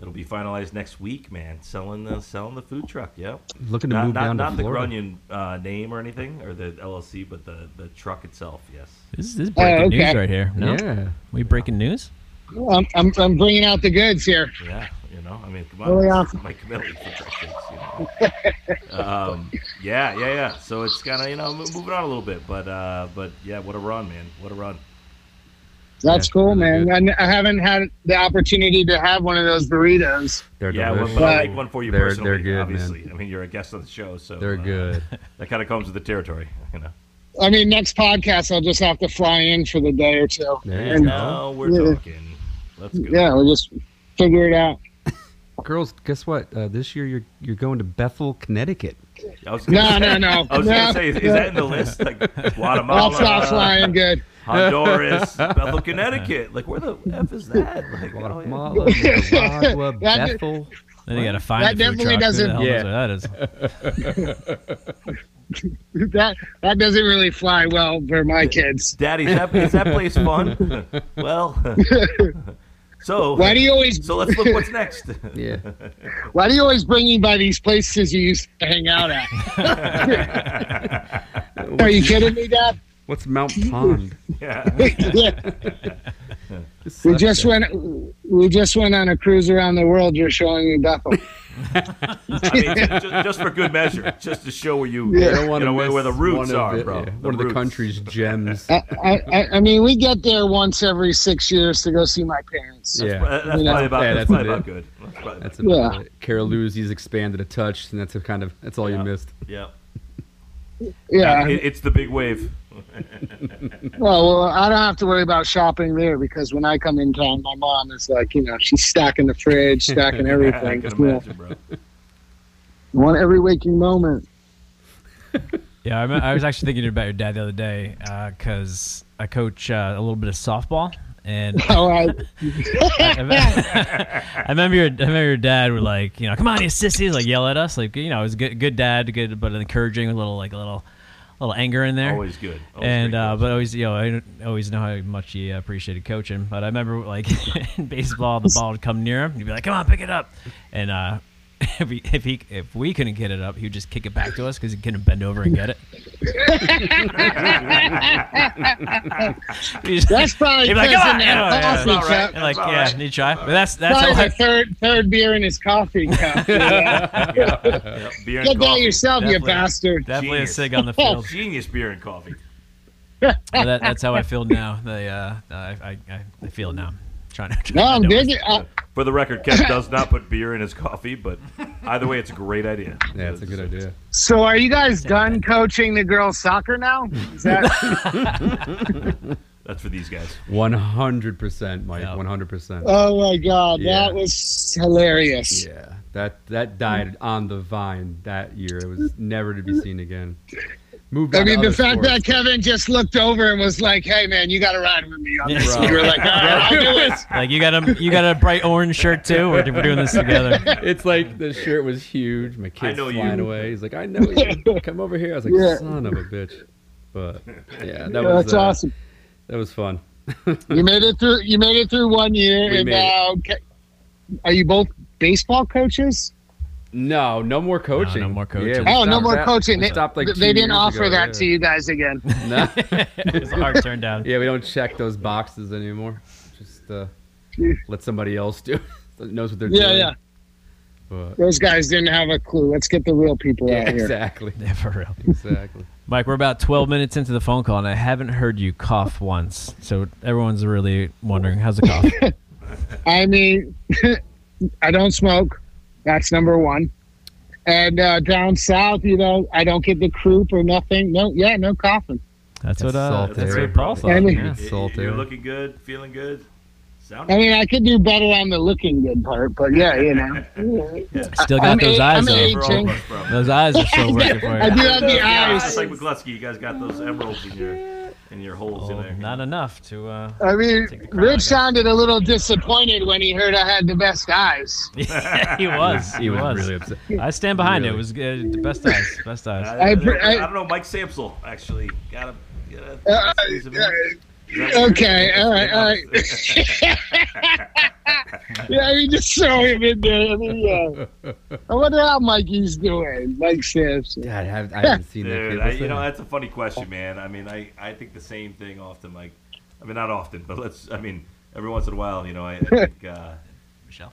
Speaker 2: it'll be finalized next week, man. Selling the selling the food truck. Yep.
Speaker 3: looking to
Speaker 2: Not
Speaker 3: move
Speaker 2: not,
Speaker 3: down
Speaker 2: not
Speaker 3: to
Speaker 2: the
Speaker 3: Florida.
Speaker 2: Grunion uh, name or anything or the LLC, but the the truck itself. Yes.
Speaker 1: This, this is breaking news
Speaker 5: Oh, okay.
Speaker 1: right here. No?
Speaker 3: Yeah,
Speaker 1: We breaking news?
Speaker 5: I'm, I'm, I'm bringing out the goods here.
Speaker 2: Yeah. You know, I mean, come
Speaker 5: Oh,
Speaker 2: on,
Speaker 5: yeah.
Speaker 2: it's Mike Camilli food truck things, you know. um, yeah, yeah, yeah. So it's kind of you know mo- moving on a little bit, but uh, but yeah, what a run, man. What a run.
Speaker 5: That's
Speaker 3: Yeah,
Speaker 5: cool,
Speaker 3: really
Speaker 5: man.
Speaker 3: good.
Speaker 5: And I haven't had the opportunity to have one of those burritos.
Speaker 3: they're
Speaker 2: Yeah, well,
Speaker 3: delicious.
Speaker 2: but I'll make one for you
Speaker 3: They're-
Speaker 2: personally.
Speaker 3: they're good, man.
Speaker 2: obviously, I mean, you're a guest on the show, so
Speaker 3: They're
Speaker 2: uh,
Speaker 3: good.
Speaker 2: That kind of comes with the territory, you know.
Speaker 5: I mean, next podcast I'll just have to fly in for the day or two.
Speaker 3: There you
Speaker 2: And
Speaker 5: And
Speaker 2: now we're
Speaker 5: Yeah.
Speaker 2: talking. Let's go.
Speaker 5: yeah, we'll just figure it out.
Speaker 3: Girls, guess what? Uh, this year you're you're going to Bethel, Connecticut.
Speaker 2: I was gonna
Speaker 5: No,
Speaker 2: say-
Speaker 5: no, no.
Speaker 2: I was
Speaker 5: No,
Speaker 2: gonna say, is, is
Speaker 5: no.
Speaker 2: that in the list? Like
Speaker 5: I'll stop
Speaker 2: Guatemala,
Speaker 5: flying good.
Speaker 2: Honduras, Bethel, Connecticut. Like where the f is that? Like, oh, yeah.
Speaker 3: Guatemala, Nicaragua,
Speaker 5: That-
Speaker 3: Bethel.
Speaker 1: Then you got to find
Speaker 5: That
Speaker 1: the food
Speaker 5: definitely
Speaker 1: truck. Who
Speaker 5: doesn't-
Speaker 1: the hell knows
Speaker 3: Yeah.
Speaker 1: where that is.
Speaker 5: That that doesn't really fly well for my kids.
Speaker 2: Daddy, is that, is that place fun? well, so
Speaker 5: Why do you always
Speaker 2: so let's look what's next.
Speaker 3: Yeah,
Speaker 5: Why do you always bring me by these places you used to hang out at? Are you kidding me, Dad?
Speaker 3: what's Mount Pond?
Speaker 2: yeah.
Speaker 5: We just went. We just went on a cruise around the world. You're showing me Bethel.
Speaker 2: I mean, just, just for good measure, just to show where you,
Speaker 3: I don't
Speaker 2: you
Speaker 3: want to
Speaker 2: know, where, where the roots
Speaker 3: one
Speaker 2: are,
Speaker 3: of the,
Speaker 2: bro.
Speaker 3: yeah,
Speaker 2: The
Speaker 3: one of the
Speaker 2: roots.
Speaker 3: country's gems.
Speaker 5: I, I, I- I mean, we get there once every six years to go see my parents.
Speaker 3: yeah,
Speaker 2: Uh, That's probably about,
Speaker 3: Yeah,
Speaker 2: that's
Speaker 3: that's
Speaker 2: probably
Speaker 3: it.
Speaker 2: about good. That's probably
Speaker 3: that's
Speaker 5: Yeah.
Speaker 3: about it. Caroluzzi's expanded a touch, and that's a kind of that's all
Speaker 2: Yeah.
Speaker 3: you missed.
Speaker 2: Yeah.
Speaker 5: Yeah.
Speaker 2: It- it's the big wave.
Speaker 5: Well, well, I don't have to worry about shopping there because when I come in town, my mom is like, you know, she's stacking the fridge, stacking
Speaker 2: I
Speaker 5: everything.
Speaker 2: can
Speaker 5: you know,
Speaker 2: imagine, bro.
Speaker 5: one every waking moment.
Speaker 1: Yeah, I, remem- I was actually thinking about your dad the other day because I coach uh, a little bit of softball, and
Speaker 5: All right.
Speaker 1: I remember your I remember your dad would like you know come on you sissies like yell at us like you know it was good good dad good but encouraging a little like a little little anger in there
Speaker 2: Always good. Always
Speaker 1: and
Speaker 2: great
Speaker 1: uh,
Speaker 2: coach.
Speaker 1: but always you know I didn't always know how much he appreciated coaching but I remember like in baseball the ball would come near him he'd be like come on pick it up and uh, if he if he if we couldn't get it up he would just kick it back to us because he couldn't bend over and get it. He's
Speaker 5: That's probably
Speaker 1: He'd be like,
Speaker 5: because
Speaker 1: "Come
Speaker 5: in
Speaker 1: on,
Speaker 5: that
Speaker 1: yeah, yeah,
Speaker 5: coffee
Speaker 1: yeah,
Speaker 5: cup.
Speaker 1: and like
Speaker 2: That's all
Speaker 1: yeah
Speaker 2: right.
Speaker 1: need to try but that's that's
Speaker 5: Probably
Speaker 1: how I,
Speaker 5: the third third beer in his coffee cup. Yeah.
Speaker 2: Yep, beer and
Speaker 5: Get that
Speaker 2: coffee.
Speaker 5: yourself,
Speaker 1: Definitely.
Speaker 5: you bastard.
Speaker 1: Definitely
Speaker 2: Genius.
Speaker 1: a sig on the field.
Speaker 2: Genius beer and coffee.
Speaker 1: that, that's how I feel now. The, uh, I, I, I feel now. Trying to.
Speaker 5: No, I'm Uh,
Speaker 1: I know it's-
Speaker 5: digging. I,
Speaker 2: For the record, Kev does not put beer in his coffee, but either way, it's a great idea.
Speaker 3: Yeah, that's a good idea.
Speaker 5: so, are you guys done coaching the girls' soccer now? Is that?
Speaker 2: That's for these guys.
Speaker 3: One hundred percent, Mike.
Speaker 1: Yeah.
Speaker 3: One hundred percent.
Speaker 5: oh my god,
Speaker 3: Yeah.
Speaker 5: that was hilarious.
Speaker 3: Yeah, that that died on the vine that year. It was never to be seen again. Moved.
Speaker 5: I
Speaker 3: on to
Speaker 5: mean, the
Speaker 3: other
Speaker 5: fact
Speaker 3: sports.
Speaker 5: that Kevin just looked over and was like, "Hey, man, you got to ride with me on
Speaker 1: Yeah.
Speaker 5: this."
Speaker 1: Right.
Speaker 5: You were like, "All right, I'll do it."
Speaker 1: Like you got a you got a bright orange shirt too. We're, we're doing this together.
Speaker 3: It's like the shirt was huge. My kid's
Speaker 2: know
Speaker 3: flying
Speaker 2: you.
Speaker 3: away. He's like, I know you. Come over here. I was like,
Speaker 5: Yeah.
Speaker 3: son of a bitch. But yeah, that was
Speaker 5: That's
Speaker 3: uh,
Speaker 5: awesome.
Speaker 3: That was fun.
Speaker 5: You made it through. You made it through one year,
Speaker 3: We
Speaker 5: and
Speaker 3: made it.
Speaker 5: now Ke- are you both baseball coaches?
Speaker 3: No, no more coaching.
Speaker 1: No, no more coaching.
Speaker 3: we
Speaker 5: Oh, no
Speaker 3: stopped
Speaker 5: more
Speaker 3: that-
Speaker 5: coaching.
Speaker 3: we
Speaker 5: They,
Speaker 3: stopped, like, two
Speaker 5: they didn't
Speaker 3: years
Speaker 5: offer
Speaker 3: ago,
Speaker 5: that
Speaker 3: yeah.
Speaker 5: to you guys again.
Speaker 3: No.
Speaker 1: it's a hard turn down.
Speaker 3: yeah, we don't check those boxes anymore. Just uh, let somebody else do. it. that knows what they're
Speaker 5: Yeah,
Speaker 3: doing.
Speaker 5: yeah.
Speaker 3: But,
Speaker 5: Those guys didn't have a clue. Let's get the real people
Speaker 3: yeah,
Speaker 5: out here.
Speaker 3: exactly.
Speaker 1: Yeah, for real.
Speaker 3: Exactly.
Speaker 1: Mike, we're about 12 minutes into the phone call, and I haven't heard you cough once. So everyone's really wondering, how's the cough?
Speaker 5: I mean, I don't smoke. That's number one. And uh, down south, you know, I don't get the croup or nothing. No, yeah, no coughing.
Speaker 1: That's what, uh,
Speaker 3: That's
Speaker 1: that's
Speaker 3: salty.
Speaker 1: what Paul thought.
Speaker 5: And-
Speaker 1: yeah.
Speaker 3: It's all
Speaker 2: You're
Speaker 3: there.
Speaker 2: looking good, feeling good,
Speaker 5: I
Speaker 2: sounding.
Speaker 5: mean, I could do better on the looking good part, but yeah, you know.
Speaker 1: Still got
Speaker 5: I'm
Speaker 1: those
Speaker 5: a-
Speaker 1: eyes,
Speaker 5: I'm
Speaker 1: though.
Speaker 5: a-
Speaker 2: good for all of us, bro.
Speaker 1: Those eyes are still working for
Speaker 5: I
Speaker 1: you.
Speaker 5: do have the
Speaker 2: It's
Speaker 5: eyes.
Speaker 2: like McGlusky, you guys got those emeralds in your in your holes in
Speaker 3: Oh,
Speaker 1: Well,
Speaker 2: there.
Speaker 1: not enough to. Uh,
Speaker 5: I mean,
Speaker 1: Take the crown, I
Speaker 5: Rich
Speaker 1: guess.
Speaker 5: sounded a little disappointed when he heard I had the best eyes.
Speaker 1: he was. He,
Speaker 3: He was,
Speaker 1: was.
Speaker 3: really upset.
Speaker 1: I stand behind it. It
Speaker 3: Really.
Speaker 1: was good. The best eyes. Best
Speaker 2: I,
Speaker 1: eyes.
Speaker 2: I,
Speaker 5: I pre-
Speaker 2: I,
Speaker 5: I-
Speaker 2: don't know. Mike Samsel actually got a. Got a
Speaker 5: Uh,
Speaker 2: squeeze of it.
Speaker 5: uh,
Speaker 2: Is that weird?
Speaker 5: Okay, all right, all right. yeah, I mean, just throw him in there. I mean, yeah. I wonder how Mikey's doing. Mike Sampson.
Speaker 3: God, I haven't, I haven't seen that.
Speaker 2: Dude,
Speaker 3: kid.
Speaker 2: I,
Speaker 3: What's
Speaker 2: you know
Speaker 3: that?
Speaker 2: that's a funny
Speaker 5: Oh.
Speaker 2: question, man. I mean, I, I think the same thing often. Like, I mean, not often, but let's. I mean, every once in a while, you know, I, I think. Uh,
Speaker 1: Michelle.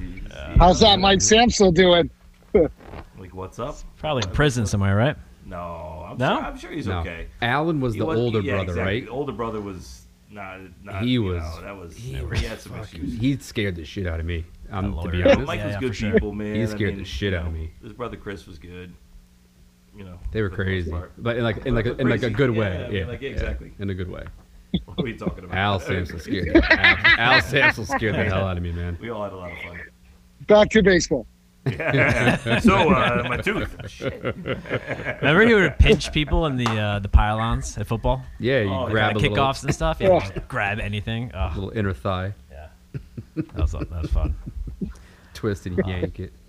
Speaker 2: you- you
Speaker 5: How's
Speaker 2: know,
Speaker 5: that Mike Sampson doing?
Speaker 2: Like, what's up?
Speaker 1: Probably in prison somewhere, right?
Speaker 2: No, I'm,
Speaker 1: No?
Speaker 2: Sure, I'm sure he's
Speaker 3: no.
Speaker 2: okay.
Speaker 3: Alan was the
Speaker 2: He was-
Speaker 3: older
Speaker 2: yeah,
Speaker 3: brother,
Speaker 2: exactly. The
Speaker 3: right?
Speaker 2: older brother was not. not
Speaker 3: He
Speaker 2: you
Speaker 3: was-
Speaker 2: know, that was. He,
Speaker 1: he was
Speaker 2: had some issues.
Speaker 3: He scared the shit out of me. Um, to
Speaker 1: lawyer.
Speaker 3: be
Speaker 1: Yeah,
Speaker 2: But
Speaker 3: honest,
Speaker 2: Mike
Speaker 1: yeah,
Speaker 2: was
Speaker 1: yeah, for
Speaker 2: good
Speaker 1: sure.
Speaker 2: people, man.
Speaker 3: He
Speaker 2: I
Speaker 3: scared the
Speaker 2: mean,
Speaker 3: shit
Speaker 2: you
Speaker 3: out of
Speaker 2: know,
Speaker 3: me.
Speaker 2: His brother Chris was good. You know,
Speaker 3: they were
Speaker 2: for the most
Speaker 3: crazy,
Speaker 2: part.
Speaker 3: but in like in like a,
Speaker 2: But
Speaker 3: in like a
Speaker 2: crazy.
Speaker 3: good
Speaker 2: Yeah,
Speaker 3: way.
Speaker 2: I mean,
Speaker 3: yeah,
Speaker 2: like,
Speaker 3: yeah,
Speaker 2: exactly.
Speaker 3: in a good way.
Speaker 2: What are we talking about?
Speaker 3: Al Samson scared. me. Al, Al Samson scared the hell out of me, man.
Speaker 2: We all had a lot of fun.
Speaker 5: Back to baseball.
Speaker 2: Yeah. so uh, my tooth. Shit.
Speaker 1: Remember he would pinch people in the uh, the pylons at football,
Speaker 3: Yeah, you
Speaker 2: Oh, yeah.
Speaker 3: grab
Speaker 1: like
Speaker 3: a little,
Speaker 1: kickoffs and stuff. Yeah, just grab anything. Oh,
Speaker 3: little inner thigh,
Speaker 1: yeah, that was that was fun.
Speaker 3: twist and yank it.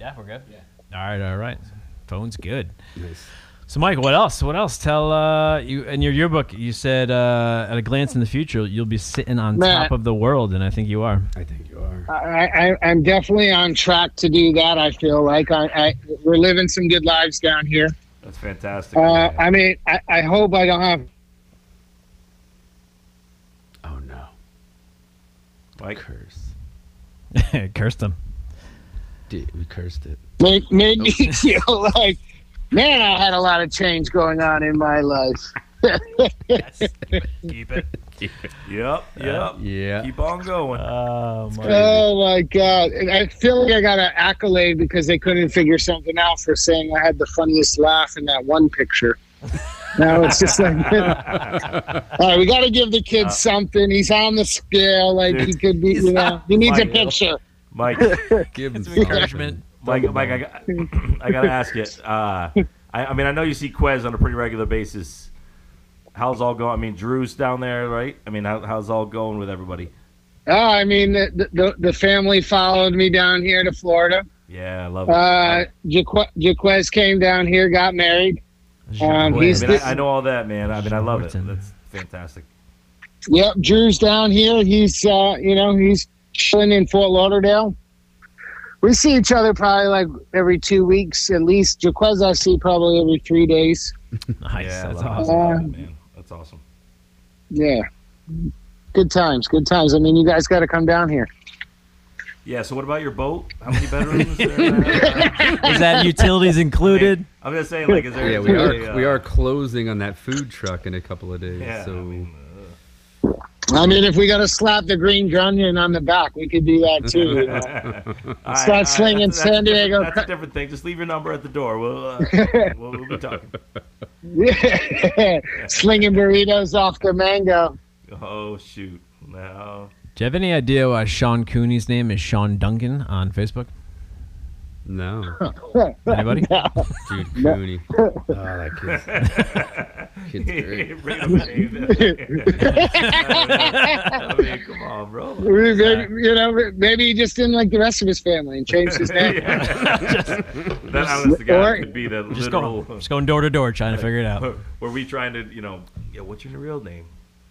Speaker 1: Yeah, we're good. Yeah. All right, all right. Phone's good.
Speaker 3: Nice.
Speaker 1: So, Mike, what else? What else? Tell uh, you in your yearbook, you said uh, at a glance in the future, you'll be sitting on
Speaker 5: Man.
Speaker 1: top of the world, and I think you are.
Speaker 3: I think you are.
Speaker 5: I, I, I'm definitely on track to do that. I feel like I, I we're living some good lives down here.
Speaker 2: That's fantastic.
Speaker 5: Uh, I mean, I, I hope I don't have
Speaker 3: Oh no,
Speaker 2: Mike,
Speaker 3: curse!
Speaker 1: Cursed him.
Speaker 3: Dude, we cursed it.
Speaker 5: made, made me feel like, man, I had a lot of change going on in my life.
Speaker 1: Keep it.
Speaker 2: yep, yep.
Speaker 3: Yeah. Uh,
Speaker 2: Keep on going.
Speaker 1: Oh, my.
Speaker 5: Oh my god! And I feel like I got an accolade because they couldn't figure something out for saying I had the funniest laugh in that one picture. now it's just like, all right, we got to give the
Speaker 2: Uh,
Speaker 5: kid something. He's on the scale, like he
Speaker 2: Dude,
Speaker 5: could be,
Speaker 2: he's
Speaker 5: you know,
Speaker 2: not
Speaker 5: he needs a
Speaker 2: funny, though.
Speaker 5: picture.
Speaker 2: Mike,
Speaker 3: Give him
Speaker 1: some
Speaker 3: something.
Speaker 1: encouragement.
Speaker 2: Mike, Mike, I, got- I gotta ask you. Uh, I, I mean, I know you see Quez on a pretty regular basis. How's all going? I mean, Drew's down there, right? I mean, how, how's all going with everybody?
Speaker 5: Oh, I mean, the, the the family followed me down here to Florida.
Speaker 2: Yeah, I love it.
Speaker 5: Uh, Jaque- Jaquez came down here, got married. Um,
Speaker 2: I
Speaker 5: he's
Speaker 2: mean, I, I know all that, man. I mean, I love it.
Speaker 1: Jordan.
Speaker 2: That's fantastic.
Speaker 5: Yep, Drew's down here. He's uh, you know, he's chilling in Fort Lauderdale. We see each other probably like every two weeks at least. Jaquez I see probably every three days.
Speaker 1: Nice.
Speaker 2: yeah, I
Speaker 1: That's
Speaker 2: love it.
Speaker 1: awesome.
Speaker 2: I love
Speaker 5: awesome.
Speaker 2: it, man. That's awesome.
Speaker 5: Yeah. Good times, good times. I mean you guys gotta come down here.
Speaker 2: Yeah. So, what about your boat? How many bedrooms? is there?
Speaker 1: Is that utilities included?
Speaker 2: I'm just saying, like, is there?
Speaker 3: Yeah, we
Speaker 2: a,
Speaker 3: are
Speaker 2: uh,
Speaker 3: we are closing on that food truck in a couple of days.
Speaker 2: Yeah. I
Speaker 3: so
Speaker 2: mean, uh,
Speaker 5: I mean if we gotta slap the green onion on the back, we could do that too. You know?
Speaker 2: All
Speaker 5: Start
Speaker 2: all
Speaker 5: slinging
Speaker 2: uh, that's a- that's a
Speaker 5: San
Speaker 2: different-
Speaker 5: Diego
Speaker 2: That's a
Speaker 5: cra-
Speaker 2: different thing. Just leave your number at the door. We'll uh, we'll, we'll be talking.
Speaker 5: Yeah. Slinging burritos off the mango.
Speaker 2: Oh shoot! No.
Speaker 1: Do you have any idea why Sean Cooney's name is Sean Duncan on Facebook?
Speaker 3: no,
Speaker 1: Anybody?
Speaker 3: dude, Cooney. Oh, that kid's, kid's great.
Speaker 2: Bring up the name. I mean, come on, bro.
Speaker 5: Maybe, you know, maybe he just didn't like the rest of his family and changed his name.
Speaker 2: That honest to God
Speaker 5: or-
Speaker 2: could be the
Speaker 1: Just
Speaker 2: literal.
Speaker 1: going, just going door to door trying to figure it out.
Speaker 2: Were we trying to, you know, yeah? What's your real name?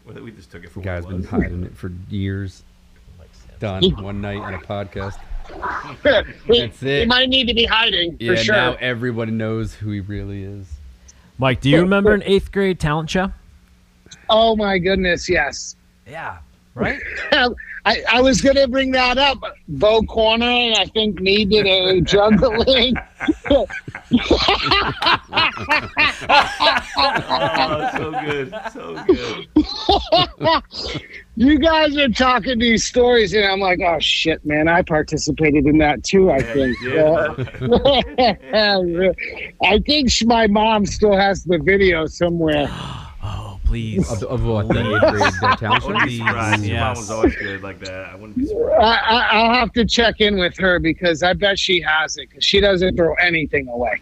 Speaker 2: Well, We just took it for
Speaker 3: The guy's
Speaker 2: what it
Speaker 3: been
Speaker 2: was.
Speaker 3: hiding it for years. Done one night on a podcast.
Speaker 5: he,
Speaker 3: That's it.
Speaker 5: he might need to be hiding
Speaker 3: Yeah,
Speaker 5: for sure.
Speaker 3: now everybody knows who he really is.
Speaker 1: Mike, do you remember an eighth grade talent show?
Speaker 5: oh my goodness, yes.
Speaker 1: Yeah. Right?
Speaker 5: I, I was going to bring that up. Bo Corner and I think me did a juggling.
Speaker 2: Oh, so good, so good.
Speaker 5: you guys are talking these stories, and I'm like, oh shit, man, I participated in that too. I
Speaker 2: Yeah,
Speaker 5: think.
Speaker 2: you
Speaker 5: Uh,
Speaker 2: did.
Speaker 5: I think sh- my mom still has the video somewhere.
Speaker 1: Oh, please.
Speaker 3: Of, of what? The eighth grade uh,
Speaker 2: I
Speaker 3: talent show?
Speaker 2: wouldn't be surprised. Your mom
Speaker 1: Yes.
Speaker 2: was always good like that. I wouldn't be surprised.
Speaker 5: I, I, I'll have to check in with her because I bet she has it because she doesn't throw anything away.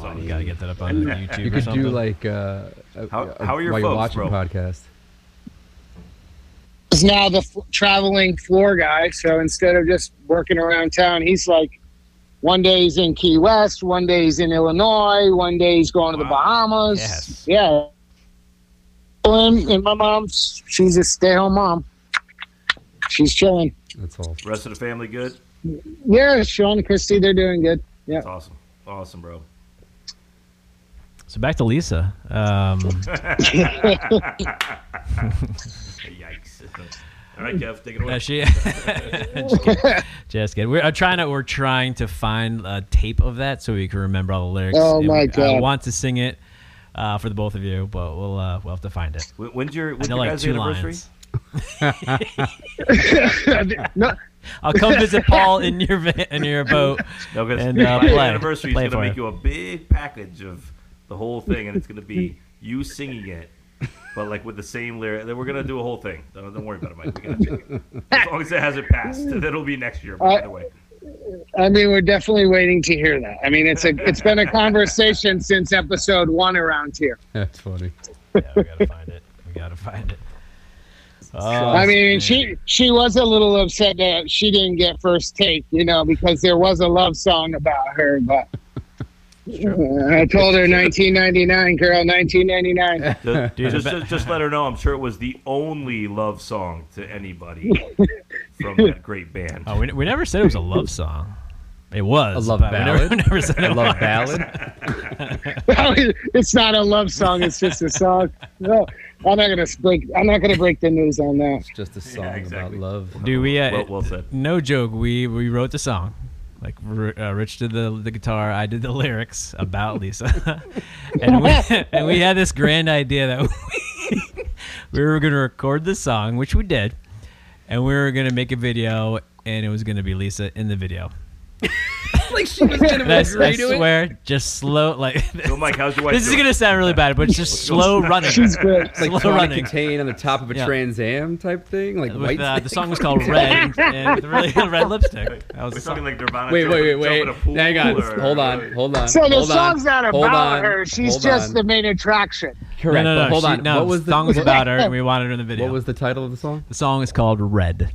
Speaker 1: Oh, you gotta get that up on YouTube.
Speaker 3: You
Speaker 1: or
Speaker 3: could
Speaker 1: something.
Speaker 3: do like uh, a-
Speaker 2: How-
Speaker 3: a-
Speaker 2: how are your
Speaker 3: while you're
Speaker 2: folks, bro?
Speaker 3: watching podcast.
Speaker 5: He's now the f- traveling floor guy, so instead of just working around town, he's like one day he's in Key West, one day he's in Illinois, one day he's going to the
Speaker 2: Wow.
Speaker 5: Bahamas.
Speaker 1: Yes.
Speaker 5: Yeah. And, and my mom, she's a stay-home mom. She's chilling.
Speaker 3: That's all.
Speaker 2: Rest of the family good.
Speaker 5: Yeah, Sean and Christy, they're doing good.
Speaker 2: That's awesome, awesome, bro.
Speaker 1: so back to Lisa. Um,
Speaker 2: Yikes. All right, Kev, take it away.
Speaker 1: Yeah, she. just kidding. Just kidding. We're uh, trying to. We're trying to find a tape of that so we can remember all the lyrics.
Speaker 5: Oh,
Speaker 1: And
Speaker 5: my
Speaker 1: we- I
Speaker 5: God.
Speaker 1: want to sing it uh, for the both of you, but we'll uh, we'll have to find it.
Speaker 2: When- When's your
Speaker 1: I
Speaker 2: when's
Speaker 1: know
Speaker 2: your
Speaker 1: like
Speaker 2: guys'
Speaker 1: two
Speaker 2: anniversary?
Speaker 1: lines.
Speaker 5: No,
Speaker 1: I'll come visit Paul in your va- in your boat.
Speaker 2: No, because
Speaker 1: And, uh,
Speaker 2: my
Speaker 1: play.
Speaker 2: anniversary is
Speaker 1: Play
Speaker 2: going to
Speaker 1: for
Speaker 2: make
Speaker 1: it.
Speaker 2: you a big package of the whole thing, and it's going to be you singing it, but like with the same lyric. Then we're going to do a whole thing. Don't, don't worry about it, Mike. We got to check it. As long as it hasn't passed, that'll be next year. By
Speaker 5: Uh,
Speaker 2: the way,
Speaker 5: I mean, we're definitely waiting to hear that. I mean, it's a it's been a conversation since episode one around here.
Speaker 3: That's funny.
Speaker 1: Yeah, we gotta find it. We gotta find it. Oh,
Speaker 5: I mean, she she was a little upset that she didn't get first take, you know, because there was a love song about her. But I told her 1999, girl, 1999.
Speaker 2: just,
Speaker 1: Dude,
Speaker 2: just,
Speaker 1: but-
Speaker 2: just, just let her know. I'm sure it was the only love song to anybody from that great band.
Speaker 1: oh, we, we never said it was a love song. It was
Speaker 3: A love
Speaker 1: but we never-
Speaker 3: ballad?
Speaker 1: never said
Speaker 3: I
Speaker 1: it
Speaker 3: love
Speaker 1: was.
Speaker 3: ballad.
Speaker 5: it's not a love song; it's just a song. No, I'm not gonna break. I'm not gonna break the news on that.
Speaker 3: It's just a song
Speaker 2: exactly.
Speaker 3: about love.
Speaker 1: Do we? Uh,
Speaker 2: Well- well said.
Speaker 1: No joke. We we wrote the song. Like R- uh, Rich did the the guitar, I did the lyrics about Lisa, and we and we had this grand idea that we, we were going to record the song, which we did, and we were going to make a video, and it was going to be Lisa in the video.
Speaker 3: like she was gonna
Speaker 1: And I, I swear, just slow like
Speaker 2: So, Mike, how's your wife?
Speaker 1: this is
Speaker 2: doing?
Speaker 1: going to sound really bad, but it's just
Speaker 2: go.
Speaker 1: slow running.
Speaker 5: She's good.
Speaker 3: It's like
Speaker 1: Slow
Speaker 3: trying to
Speaker 1: running.
Speaker 3: contain on the top of a
Speaker 1: Yeah.
Speaker 3: Trans Am type thing, like
Speaker 1: With,
Speaker 3: white.
Speaker 1: uh, the
Speaker 3: thing.
Speaker 1: song was called Red, and really red lipstick. That was
Speaker 2: We're
Speaker 1: the song.
Speaker 2: talking like Nirvana.
Speaker 3: Wait, wait,
Speaker 2: jumping-
Speaker 3: wait,
Speaker 2: jumping a
Speaker 3: wait.
Speaker 2: pool
Speaker 3: Hang on.
Speaker 2: or-
Speaker 3: Hold on. Hold on.
Speaker 5: So the
Speaker 3: hold on,
Speaker 5: song's not
Speaker 3: hold
Speaker 5: about
Speaker 3: on,
Speaker 5: her; she's
Speaker 3: hold
Speaker 5: just
Speaker 3: on.
Speaker 5: the main attraction.
Speaker 3: correct.
Speaker 1: no, no,
Speaker 3: but
Speaker 1: no.
Speaker 3: hold
Speaker 1: she-
Speaker 3: on.
Speaker 1: No,
Speaker 3: what was
Speaker 1: the
Speaker 3: the
Speaker 1: song was about her, and we wanted her in the video.
Speaker 3: What was the title of the song?
Speaker 1: the song is called Red.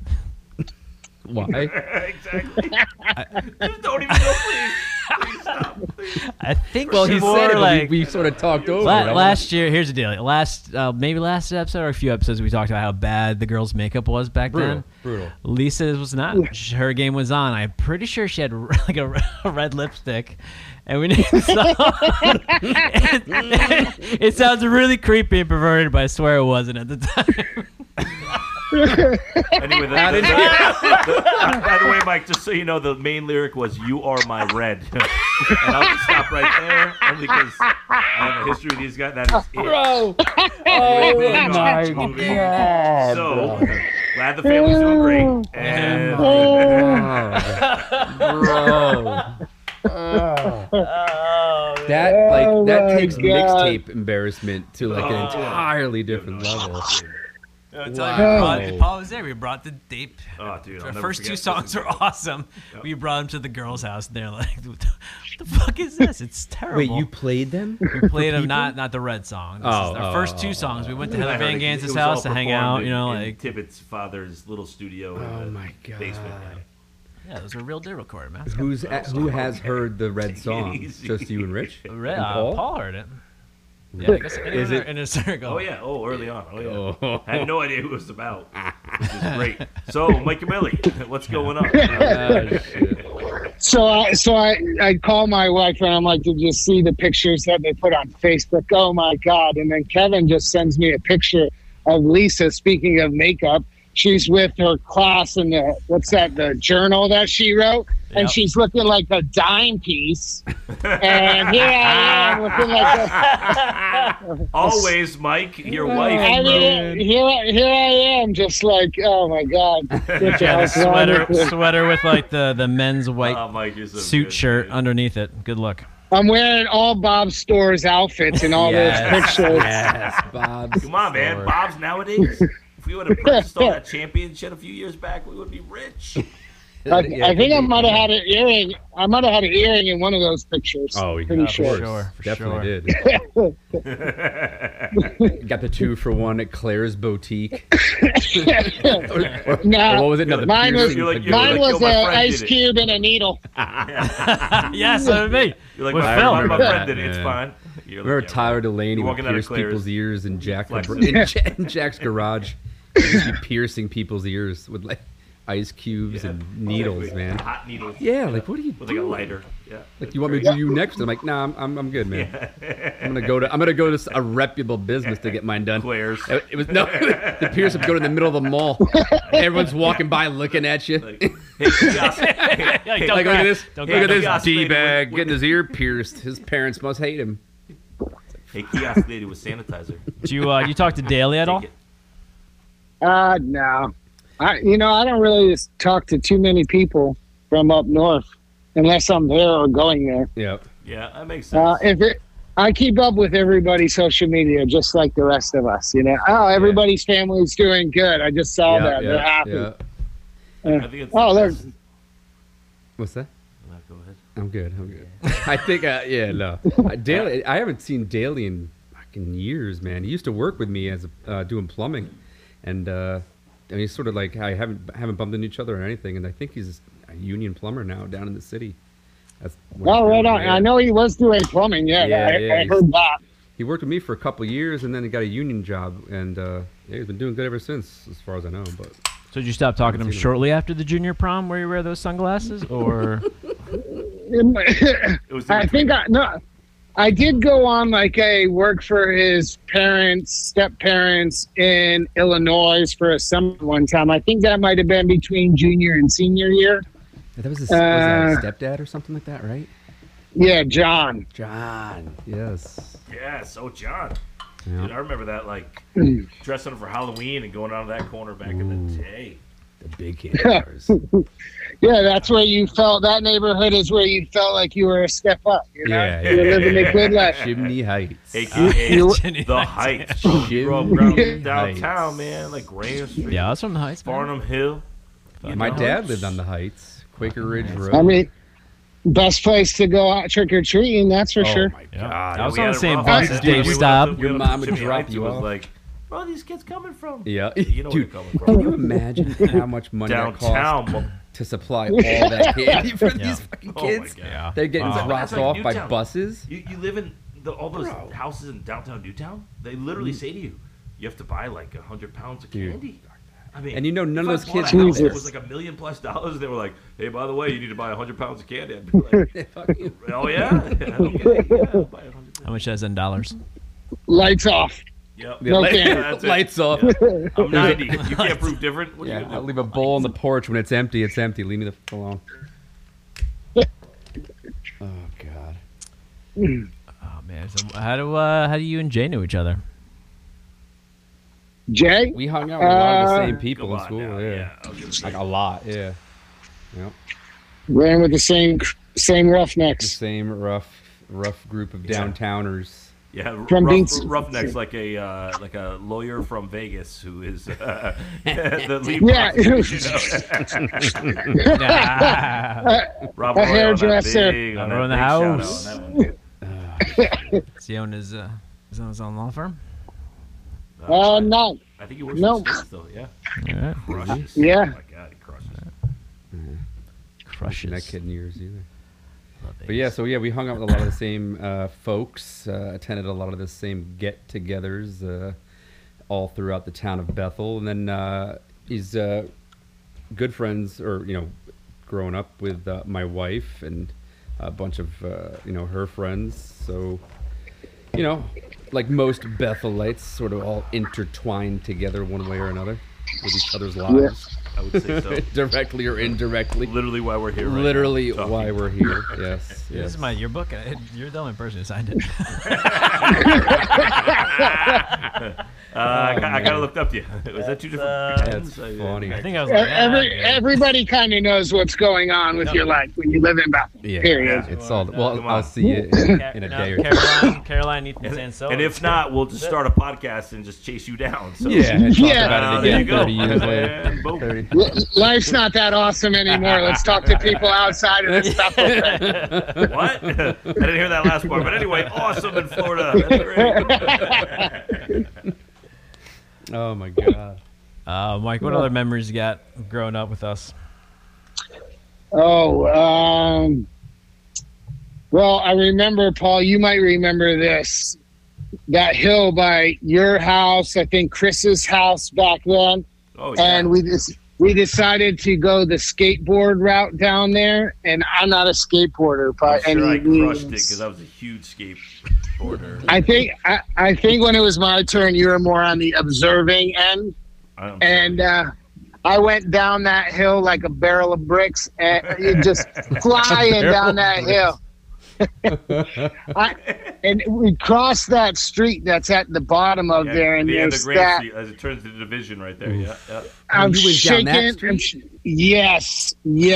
Speaker 3: Why?
Speaker 2: exactly. Just don't even know, please. Please stop. Please.
Speaker 1: I think
Speaker 3: well,
Speaker 1: she
Speaker 3: he
Speaker 1: more
Speaker 3: said it, but
Speaker 1: like
Speaker 3: we, we sort of talked over
Speaker 1: la-
Speaker 3: it. I
Speaker 1: last year. Here's the deal. Last uh, maybe last episode or a few episodes, we talked about how bad the girls' makeup was back
Speaker 3: wanna-
Speaker 1: then.
Speaker 3: brutal,
Speaker 1: Lisa's was not. Sh- Her game was on. I'm pretty sure she had r- like a, r- a red lipstick, and we didn't. So, it, it, it sounds really creepy and perverted, but I swear it wasn't at the time.
Speaker 2: Anyway, the, the, the- by the way, Mike, just so you know, the main lyric was "You are my red," and I'll just stop right there, only because I have a history of these guys. That is it.
Speaker 3: bro.
Speaker 5: Oh,
Speaker 2: Moving on,
Speaker 3: my
Speaker 2: moving on.
Speaker 3: God,
Speaker 2: So glad the family's doing great. And
Speaker 5: Oh,
Speaker 3: bro. that
Speaker 5: Oh
Speaker 3: like that
Speaker 5: my
Speaker 3: takes
Speaker 5: God.
Speaker 3: mixtape embarrassment to like an
Speaker 2: Oh.
Speaker 3: entirely different level.
Speaker 1: Paul,
Speaker 3: Wow.
Speaker 1: Paul was there. We brought the tape.
Speaker 2: oh, dude, I'll
Speaker 1: Our
Speaker 2: never
Speaker 1: first two
Speaker 2: forget.
Speaker 1: songs were awesome. We brought them to the girls' house, and they're like, "What the- what the fuck is this? It's
Speaker 3: Wait,
Speaker 1: terrible."
Speaker 3: you played them?
Speaker 1: we played them, not not the red song. This
Speaker 3: Oh,
Speaker 1: is our
Speaker 3: oh,
Speaker 1: first two
Speaker 3: oh,
Speaker 1: songs. We went to
Speaker 2: I
Speaker 1: Heather
Speaker 2: heard
Speaker 1: Van
Speaker 2: it- it
Speaker 1: Gantz's
Speaker 2: was
Speaker 1: house
Speaker 2: all
Speaker 1: to hang
Speaker 2: performed
Speaker 1: out.
Speaker 2: in-
Speaker 1: You know,
Speaker 2: in
Speaker 1: like
Speaker 2: Tippett's father's little studio. in
Speaker 3: Oh
Speaker 2: the
Speaker 3: my God.
Speaker 2: Basement. yeah.
Speaker 1: yeah, those were real deal recorded, man.
Speaker 3: Who's at, who has heard the red song?
Speaker 2: easy.
Speaker 3: Just you and Rich?
Speaker 1: Red,
Speaker 3: And
Speaker 1: uh, Paul?
Speaker 3: Paul?
Speaker 1: heard it. Yeah, I guess anyone
Speaker 3: Is it-
Speaker 1: in a circle.
Speaker 2: Oh yeah. Oh, early on. Oh yeah.
Speaker 3: Oh.
Speaker 2: I had no idea who it was about. Which is great. So, Mike and Millie, what's going on?
Speaker 3: Ah, shit.
Speaker 5: So I so I I call my wife and I'm like, did you see the pictures that they put on Facebook? Oh my god! And then Kevin just sends me a picture of Lisa. Speaking of makeup, she's with her class in the what's that? The journal that she wrote,
Speaker 1: Yep.
Speaker 5: and she's looking like a dime piece. and here I am looking like a.
Speaker 2: Always, Mike, your wife.
Speaker 5: I
Speaker 2: bro.
Speaker 5: mean, here, I- here I am, just like, oh my god, Get your
Speaker 1: Yeah, the
Speaker 5: house wrong
Speaker 1: sweater,
Speaker 5: with this.
Speaker 1: sweater with like the, the men's white
Speaker 2: Oh, Mike, you're so
Speaker 1: suit
Speaker 2: good.
Speaker 1: shirt underneath it. Good luck.
Speaker 5: I'm wearing all Bob Store's outfits and all those
Speaker 3: Yes,
Speaker 5: pictures.
Speaker 3: yes, Bob's
Speaker 2: Come on, man.
Speaker 3: store.
Speaker 2: Bob's nowadays. If we would have purchased all that champion shit a few years back, we would be rich.
Speaker 5: I,
Speaker 3: Yeah,
Speaker 5: I think I
Speaker 3: could be.
Speaker 5: might have had an earring. I might have had an earring in one of those pictures.
Speaker 3: Oh, yeah,
Speaker 5: pretty
Speaker 3: of
Speaker 5: sure.
Speaker 3: course.
Speaker 1: Sure, for
Speaker 3: Definitely did. Got the two for one at Claire's Boutique. Or- or-
Speaker 5: No,
Speaker 3: or what was it? No, the
Speaker 5: mine was-
Speaker 3: piercing
Speaker 2: You're like-
Speaker 3: for
Speaker 2: you're
Speaker 3: gold.
Speaker 5: Mine
Speaker 2: like,
Speaker 5: was
Speaker 2: yo,
Speaker 5: an
Speaker 2: my friend
Speaker 5: ice
Speaker 2: did it.
Speaker 5: cube and a needle.
Speaker 1: yes, that would be.
Speaker 2: You're like,
Speaker 1: With
Speaker 2: my,
Speaker 1: Phil.
Speaker 2: my, my
Speaker 3: Remember
Speaker 2: friend did it. It's
Speaker 3: that,
Speaker 2: fine.
Speaker 3: man.
Speaker 2: You're
Speaker 3: Remember
Speaker 2: like, yeah,
Speaker 3: Tyler Delaney would
Speaker 2: walking out of
Speaker 3: pierce
Speaker 2: Claire's.
Speaker 3: people's ears and Jack
Speaker 2: Flexing.
Speaker 3: in, Ja- in Jack's garage. He'd just be piercing people's ears with like ice cubes
Speaker 2: Yeah.
Speaker 3: and needles,
Speaker 2: exactly.
Speaker 3: man.
Speaker 2: Hot needles.
Speaker 3: Yeah, like what are you
Speaker 2: With like
Speaker 3: doing?
Speaker 2: a lighter. Yeah.
Speaker 3: Like you want me to do you next? I'm like, nah, I'm I'm, I'm good, man. I'm gonna go to I'm gonna go to s- a reputable business to get mine done.
Speaker 2: Claire's.
Speaker 3: It, it was no the pierce would go to the middle of the mall. Everyone's walking by looking at you.
Speaker 2: Like, hey, kiosk. hey,
Speaker 1: Yeah, don't
Speaker 3: Like, look
Speaker 1: cry.
Speaker 3: at this.
Speaker 1: Don't
Speaker 3: Look
Speaker 1: cry.
Speaker 2: grab
Speaker 3: at
Speaker 2: it.
Speaker 3: this
Speaker 2: Chaos lady
Speaker 3: d bag
Speaker 2: with-
Speaker 3: getting his ear pierced. His parents must hate him.
Speaker 2: hey, kiosk lady with sanitizer.
Speaker 1: Did you uh, you talk to Daly at all?
Speaker 2: Take it.
Speaker 5: Uh, no, I you know I don't really just talk to too many people from up north, unless I'm there or going there.
Speaker 3: Yep.
Speaker 2: Yeah, that makes sense.
Speaker 5: Uh, if it, I keep up with everybody's social media, just like the rest of us, you know. Oh, everybody's family's doing good. I just saw that. Oh, They're happy.
Speaker 2: I think it's
Speaker 5: Oh,
Speaker 2: the
Speaker 5: there's-
Speaker 2: best.
Speaker 3: What's that?
Speaker 2: No, go ahead.
Speaker 3: I'm good. I'm good. I think, uh, yeah, no. Uh, Daly, I haven't seen Daly in fucking years, man. He used to work with me as a, uh, doing plumbing, and uh, I mean, he's sort of like I haven't haven't bumped into each other or anything. And I think he's a union plumber now down in the city. That's what
Speaker 5: Oh,
Speaker 3: he's
Speaker 5: right
Speaker 3: doing,
Speaker 5: on.
Speaker 3: yeah.
Speaker 5: I know he was doing plumbing. Yeah,
Speaker 3: Yeah,
Speaker 5: I,
Speaker 3: yeah,
Speaker 5: I
Speaker 3: he's-
Speaker 5: heard that.
Speaker 3: He worked with me for a couple years, and then he got a union job, and uh, yeah, he's been doing good ever since, as far as I know. But
Speaker 1: So did you stop talking to him shortly after the junior prom where you wear those sunglasses? Or
Speaker 2: It was in
Speaker 5: I
Speaker 2: between.
Speaker 5: think I no, I did go on like a work for his parents, step parents in Illinois for a summer one time. I think that might have been between junior and senior year.
Speaker 3: that was his,
Speaker 5: that his
Speaker 3: stepdad or something like that, right?
Speaker 5: Yeah, John.
Speaker 3: John. Yes.
Speaker 2: Yes. Oh, John.
Speaker 3: Yeah.
Speaker 2: Dude, I remember that, like, dressing up for Halloween and going out of that corner back in the day.
Speaker 3: The big handlers.
Speaker 5: Yeah, that's where you felt that neighborhood is where you felt like you were a step up. You know,
Speaker 3: Yeah,
Speaker 5: you're
Speaker 3: yeah.
Speaker 5: living a good life.
Speaker 3: Chimney Heights. Uh,
Speaker 2: AKA
Speaker 5: you-
Speaker 2: the Heights. bro. You grew up around downtown, man, like Graham Street,
Speaker 1: yeah, that's from the Heights. man.
Speaker 2: Barnum Hill. you
Speaker 3: My
Speaker 2: know?
Speaker 3: dad lived on the Heights, Quaker Ridge Road.
Speaker 5: I mean, best place to go out trick or treating. That's for
Speaker 3: oh
Speaker 5: sure.
Speaker 3: my
Speaker 1: Yeah.
Speaker 3: god,
Speaker 1: I was
Speaker 2: We
Speaker 1: on
Speaker 2: had
Speaker 1: the
Speaker 2: it
Speaker 1: same
Speaker 2: rough.
Speaker 1: bus as
Speaker 2: Yeah, we
Speaker 1: Dave
Speaker 2: went up
Speaker 1: Staub.
Speaker 2: to- we went
Speaker 3: Your
Speaker 2: up to
Speaker 3: mom would
Speaker 2: Jimmy
Speaker 3: drop
Speaker 2: Heights.
Speaker 3: you
Speaker 2: It was
Speaker 3: off.
Speaker 2: like, bro, these kids coming from.
Speaker 3: Yeah.
Speaker 2: you know where
Speaker 3: Dude,
Speaker 2: they're coming from.
Speaker 3: Can you imagine how much money it costs
Speaker 2: downtown. mo-
Speaker 3: to supply all that candy for
Speaker 1: Yeah.
Speaker 3: these fucking
Speaker 2: Oh my
Speaker 3: kids?
Speaker 2: god.
Speaker 1: Yeah.
Speaker 3: They're getting
Speaker 1: Wow.
Speaker 3: dropped
Speaker 2: That's like
Speaker 3: off by
Speaker 2: Newtown.
Speaker 3: buses.
Speaker 2: You, you live in the, all those
Speaker 3: Bro. Mm.
Speaker 2: houses in downtown Newtown. They literally say to you, you have to buy like a hundred pounds of
Speaker 3: Dude.
Speaker 2: candy. I mean,
Speaker 3: And you know none
Speaker 2: if I
Speaker 3: of those
Speaker 2: bought
Speaker 3: kids
Speaker 2: a house
Speaker 5: live
Speaker 2: that
Speaker 5: there.
Speaker 2: was like a million plus dollars. They were like, hey, by the way, you need to buy a hundred pounds of candy. I'd be like, oh yeah, okay, yeah, I'll buy a hundred.
Speaker 1: How much is that in dollars?
Speaker 5: Lights off.
Speaker 2: Yep.
Speaker 3: The light-
Speaker 5: candy.
Speaker 2: That's it.
Speaker 3: lights off.
Speaker 2: Yeah. I'm 90. You can't prove different. What are you
Speaker 3: Yeah,
Speaker 2: gonna
Speaker 3: I'll
Speaker 2: do?
Speaker 3: leave a bowl on the porch when it's empty. It's empty. Leave me the fuck alone. Oh god.
Speaker 1: Oh man, so how do uh, how do you and Jay know each other?
Speaker 5: Jay.
Speaker 3: We hung out with a lot of the
Speaker 5: Uh,
Speaker 3: same people
Speaker 2: Come
Speaker 3: in
Speaker 2: on
Speaker 3: school.
Speaker 2: now,
Speaker 3: yeah.
Speaker 2: I was gonna say.
Speaker 3: like a lot. Yeah. Yep.
Speaker 5: ran with the same same
Speaker 3: The
Speaker 5: roughnecks.
Speaker 3: same rough, rough group of
Speaker 2: Yeah.
Speaker 3: downtowners.
Speaker 2: Yeah, r-
Speaker 5: From
Speaker 2: rough,
Speaker 5: Beans-
Speaker 2: roughnecks like a uh, like a lawyer from Vegas who is uh, the lead.
Speaker 5: Yeah.
Speaker 2: Rob
Speaker 5: A
Speaker 2: Roy on that
Speaker 5: hairdresser.
Speaker 2: big- on
Speaker 1: Rob Roy in
Speaker 2: that
Speaker 1: the
Speaker 2: big shout-out
Speaker 1: house.
Speaker 2: on that one.
Speaker 1: Does he own his uh, his own, his own law firm?
Speaker 5: Oh no.
Speaker 2: Uh, I think he works
Speaker 5: No.
Speaker 2: for the States, though. Yeah,
Speaker 1: Yeah.
Speaker 2: crushes.
Speaker 5: Yeah.
Speaker 2: Oh my God, he crushes.
Speaker 1: Crushes.
Speaker 3: Not kidding yours either. But yeah, so yeah, we hung out with a lot of the same uh, folks, uh, attended a lot of the same get-togethers uh, all throughout the town of Bethel, and then uh, he's uh, good friends, or you know, growing up with uh, my wife and a bunch of uh, you know her friends. So you know, like most Bethelites, sort of all intertwined together one way or another with each other's lives,
Speaker 2: I would say so.
Speaker 3: directly or indirectly.
Speaker 2: Literally, why we're here. right now,
Speaker 3: Literally,
Speaker 2: talking.
Speaker 3: why we're here. Yes, yes.
Speaker 1: This is my yearbook. I- You're the only person who signed it.
Speaker 2: Uh, I, ki- I kind of looked up to you. Was that two different?
Speaker 1: uh,
Speaker 2: friends? Oh,
Speaker 3: That's
Speaker 2: I- I-
Speaker 3: funny.
Speaker 1: I think I was
Speaker 5: E-
Speaker 1: like, ah,
Speaker 5: Every,
Speaker 1: okay.
Speaker 5: everybody kind of knows what's going on with your life when you live in Bethel.
Speaker 3: Yeah.
Speaker 5: Period.
Speaker 2: Yeah.
Speaker 3: It's all
Speaker 1: Come
Speaker 3: well.
Speaker 2: on.
Speaker 3: I'll see you in,
Speaker 1: Ca-
Speaker 3: in a
Speaker 1: no,
Speaker 3: day or two.
Speaker 1: Caroline, Caroline, Ethan Sansone.
Speaker 2: And if not, we'll just start a podcast and just chase you down. So.
Speaker 3: Yeah, and talk
Speaker 5: Yeah.
Speaker 2: Uh,
Speaker 3: about it
Speaker 2: there you
Speaker 3: again
Speaker 2: go.
Speaker 3: 30 years later.
Speaker 2: And boom.
Speaker 3: 30.
Speaker 5: L- Life's not that awesome anymore. Let's talk to people outside of this Bethel thing.
Speaker 2: What? I didn't hear that last part. But anyway, awesome in Florida. That's great.
Speaker 3: Oh my god.
Speaker 1: Uh, Mike, what other memories you got growing up with us?
Speaker 5: Oh, um, well, I remember, Paul, you might remember this. That hill by your house, I think Chris's house back then,
Speaker 2: Oh, yeah.
Speaker 5: and we just we decided to go the skateboard route down there. And I'm not a skateboarder by
Speaker 2: I'm sure
Speaker 5: any
Speaker 2: I crushed it
Speaker 5: means.
Speaker 2: because I was a huge skateboarder.
Speaker 5: I think I, I think when it was my turn, you were more on the observing end,
Speaker 2: I don't-
Speaker 5: and uh, I went down that hill like a barrel of bricks, and you just flying down that hill. I, and we crossed that street that's at the bottom of
Speaker 2: yeah,
Speaker 5: there, and
Speaker 2: the end of
Speaker 5: there's
Speaker 2: Grand
Speaker 5: that.
Speaker 2: Street as it turns to the division right there. Yeah, yeah.
Speaker 5: I'm
Speaker 3: You went down
Speaker 5: shaking.
Speaker 3: that
Speaker 5: I'm sh- yes,
Speaker 2: Up on Grand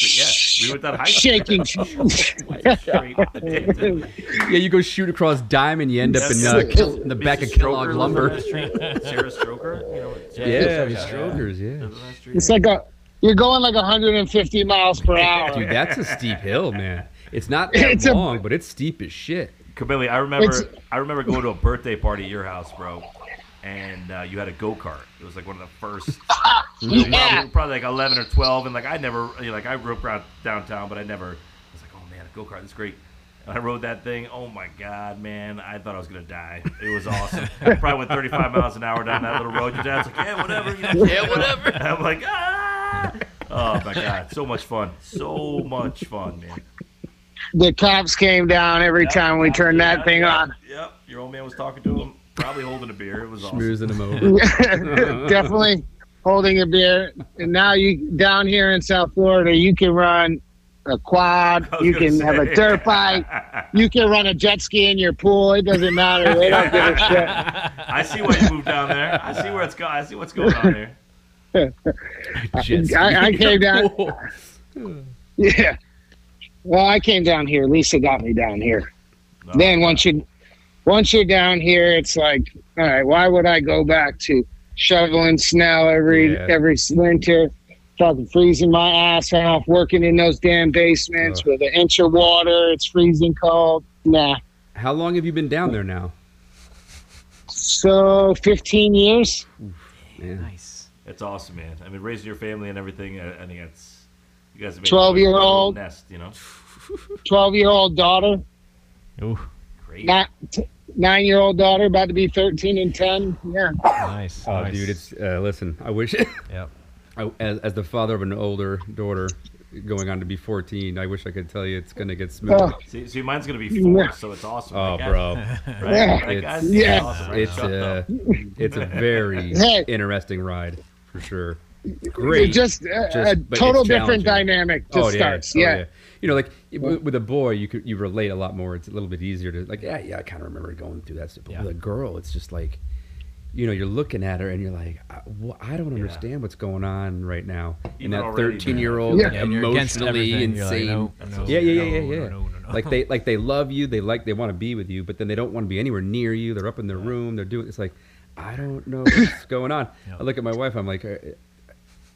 Speaker 5: yes.
Speaker 2: Street. Yeah, we went that high.
Speaker 5: Shaking.
Speaker 2: Straight.
Speaker 3: Yeah, you go shoot across dime and you end up in,
Speaker 2: That's
Speaker 3: uh,
Speaker 2: it.
Speaker 3: Kill- in the back of
Speaker 2: Mrs.
Speaker 3: Kellogg
Speaker 2: Stroker
Speaker 3: Lumber.
Speaker 2: lived on that street. Sarah Stroker, you know,
Speaker 1: Yeah,
Speaker 3: Yeah, the
Speaker 1: yeah.
Speaker 3: Strokers, yeah.
Speaker 2: lived on that street.
Speaker 5: It's like a. You're going like 150 miles per hour.
Speaker 3: Dude, that's a steep hill, man. It's not that
Speaker 5: It's a-
Speaker 3: long, but it's steep as shit.
Speaker 2: Camille, I remember
Speaker 5: It's-
Speaker 2: I remember going to a birthday party at your house, bro, and uh, you had a go kart. It was like one of the first. we were probably, we
Speaker 5: Yeah.
Speaker 2: were probably like eleven or twelve, and like I never, you know, like I grew up around downtown, but I never I was like, oh man, a go kart, that's great. And I rode that thing. Oh my god, man! I thought I was gonna die. It was awesome. I probably went 35 miles an hour down that little road. Your dad's like, yeah, whatever. yeah, whatever. I'm like, ah! Oh my god, so much fun, so much fun, man.
Speaker 5: The cops came down every time we turned
Speaker 2: Yeah,
Speaker 5: that thing
Speaker 2: yeah,
Speaker 5: on.
Speaker 2: Yep, your old man was talking to him, probably holding a beer. It was awesome.
Speaker 3: Schmoozing them over.
Speaker 5: definitely holding a beer. And now you down here in South Florida, you can run a quad,
Speaker 2: I was
Speaker 5: you
Speaker 2: gonna
Speaker 5: can have a
Speaker 2: say.
Speaker 5: dirt bike, you can run a jet ski in your pool. It doesn't matter. They don't give a shit.
Speaker 2: I see why you moved down there. I see where it's going. I see what's going on there.
Speaker 3: Just-
Speaker 5: I- I came down- Yeah. Well, I came down here. Lisa got me down here.
Speaker 3: Oh.
Speaker 2: No.
Speaker 5: Then once you once you're down here, it's like, all right, why would I go back to shoveling snow every
Speaker 3: Yeah.
Speaker 5: every winter, fucking freezing my ass off, working in those damn basements
Speaker 3: Ugh.
Speaker 5: with an inch of water, it's freezing cold. Nah.
Speaker 3: How long have you been down there now?
Speaker 5: So fifteen years?
Speaker 3: Man.
Speaker 1: Nice.
Speaker 2: It's awesome, man. I mean, raising your family and everything. uh, I, I think that's you guys have made
Speaker 5: 12-year-old.
Speaker 2: a nest, you know.
Speaker 5: Twelve year old daughter,
Speaker 1: Ooh,
Speaker 2: Great.
Speaker 5: not t- nine year old daughter, about to be thirteen and ten. Yeah.
Speaker 1: nice.
Speaker 3: Oh,
Speaker 1: nice.
Speaker 3: dude, it's uh, listen. I wish,
Speaker 1: Yep.
Speaker 3: I, as, as the father of an older daughter, going on to be 14, I wish I could tell you it's gonna get smooth.
Speaker 5: Oh.
Speaker 2: See, see, mine's gonna be four,
Speaker 5: Yeah.
Speaker 2: so it's awesome.
Speaker 3: Oh,
Speaker 2: That guy-
Speaker 3: bro.
Speaker 2: Right?
Speaker 5: Yeah.
Speaker 2: That guy's
Speaker 3: It's-
Speaker 5: yeah.
Speaker 2: awesome. Right?
Speaker 3: It's
Speaker 2: Shut
Speaker 3: a,
Speaker 2: up.
Speaker 3: it's a very
Speaker 5: Hey.
Speaker 3: interesting ride, for sure.
Speaker 5: It
Speaker 3: Great.
Speaker 5: just, uh,
Speaker 3: Just- but
Speaker 5: a
Speaker 3: it's
Speaker 5: total different
Speaker 3: challenging. Oh,
Speaker 5: dynamic just starts. yeah.
Speaker 3: You know, like w- with a boy, you could, you relate a lot more. It's a little bit easier to like. Yeah, yeah. I kind of remember going through that stuff. But
Speaker 1: Yeah.
Speaker 3: with a girl, it's just like, you know, you're looking at her and you're like, I, wh- I don't understand what's going on right now.
Speaker 2: Even
Speaker 3: and that
Speaker 2: already, man.
Speaker 3: 13 year old
Speaker 5: Yeah.
Speaker 1: Yeah, you're against
Speaker 3: emotionally
Speaker 1: everything. You're like,
Speaker 3: insane.
Speaker 1: no, no,
Speaker 3: yeah, yeah, yeah,
Speaker 1: no,
Speaker 3: yeah,
Speaker 1: no,
Speaker 3: yeah.
Speaker 1: no, no.
Speaker 3: Like they like they love you. They like they want to be with you, but then they don't want to be anywhere near you. They're up in their room. They're doing. It's like, I don't know what's going on.
Speaker 1: Yeah.
Speaker 3: I look at my wife. I'm like. "Uh,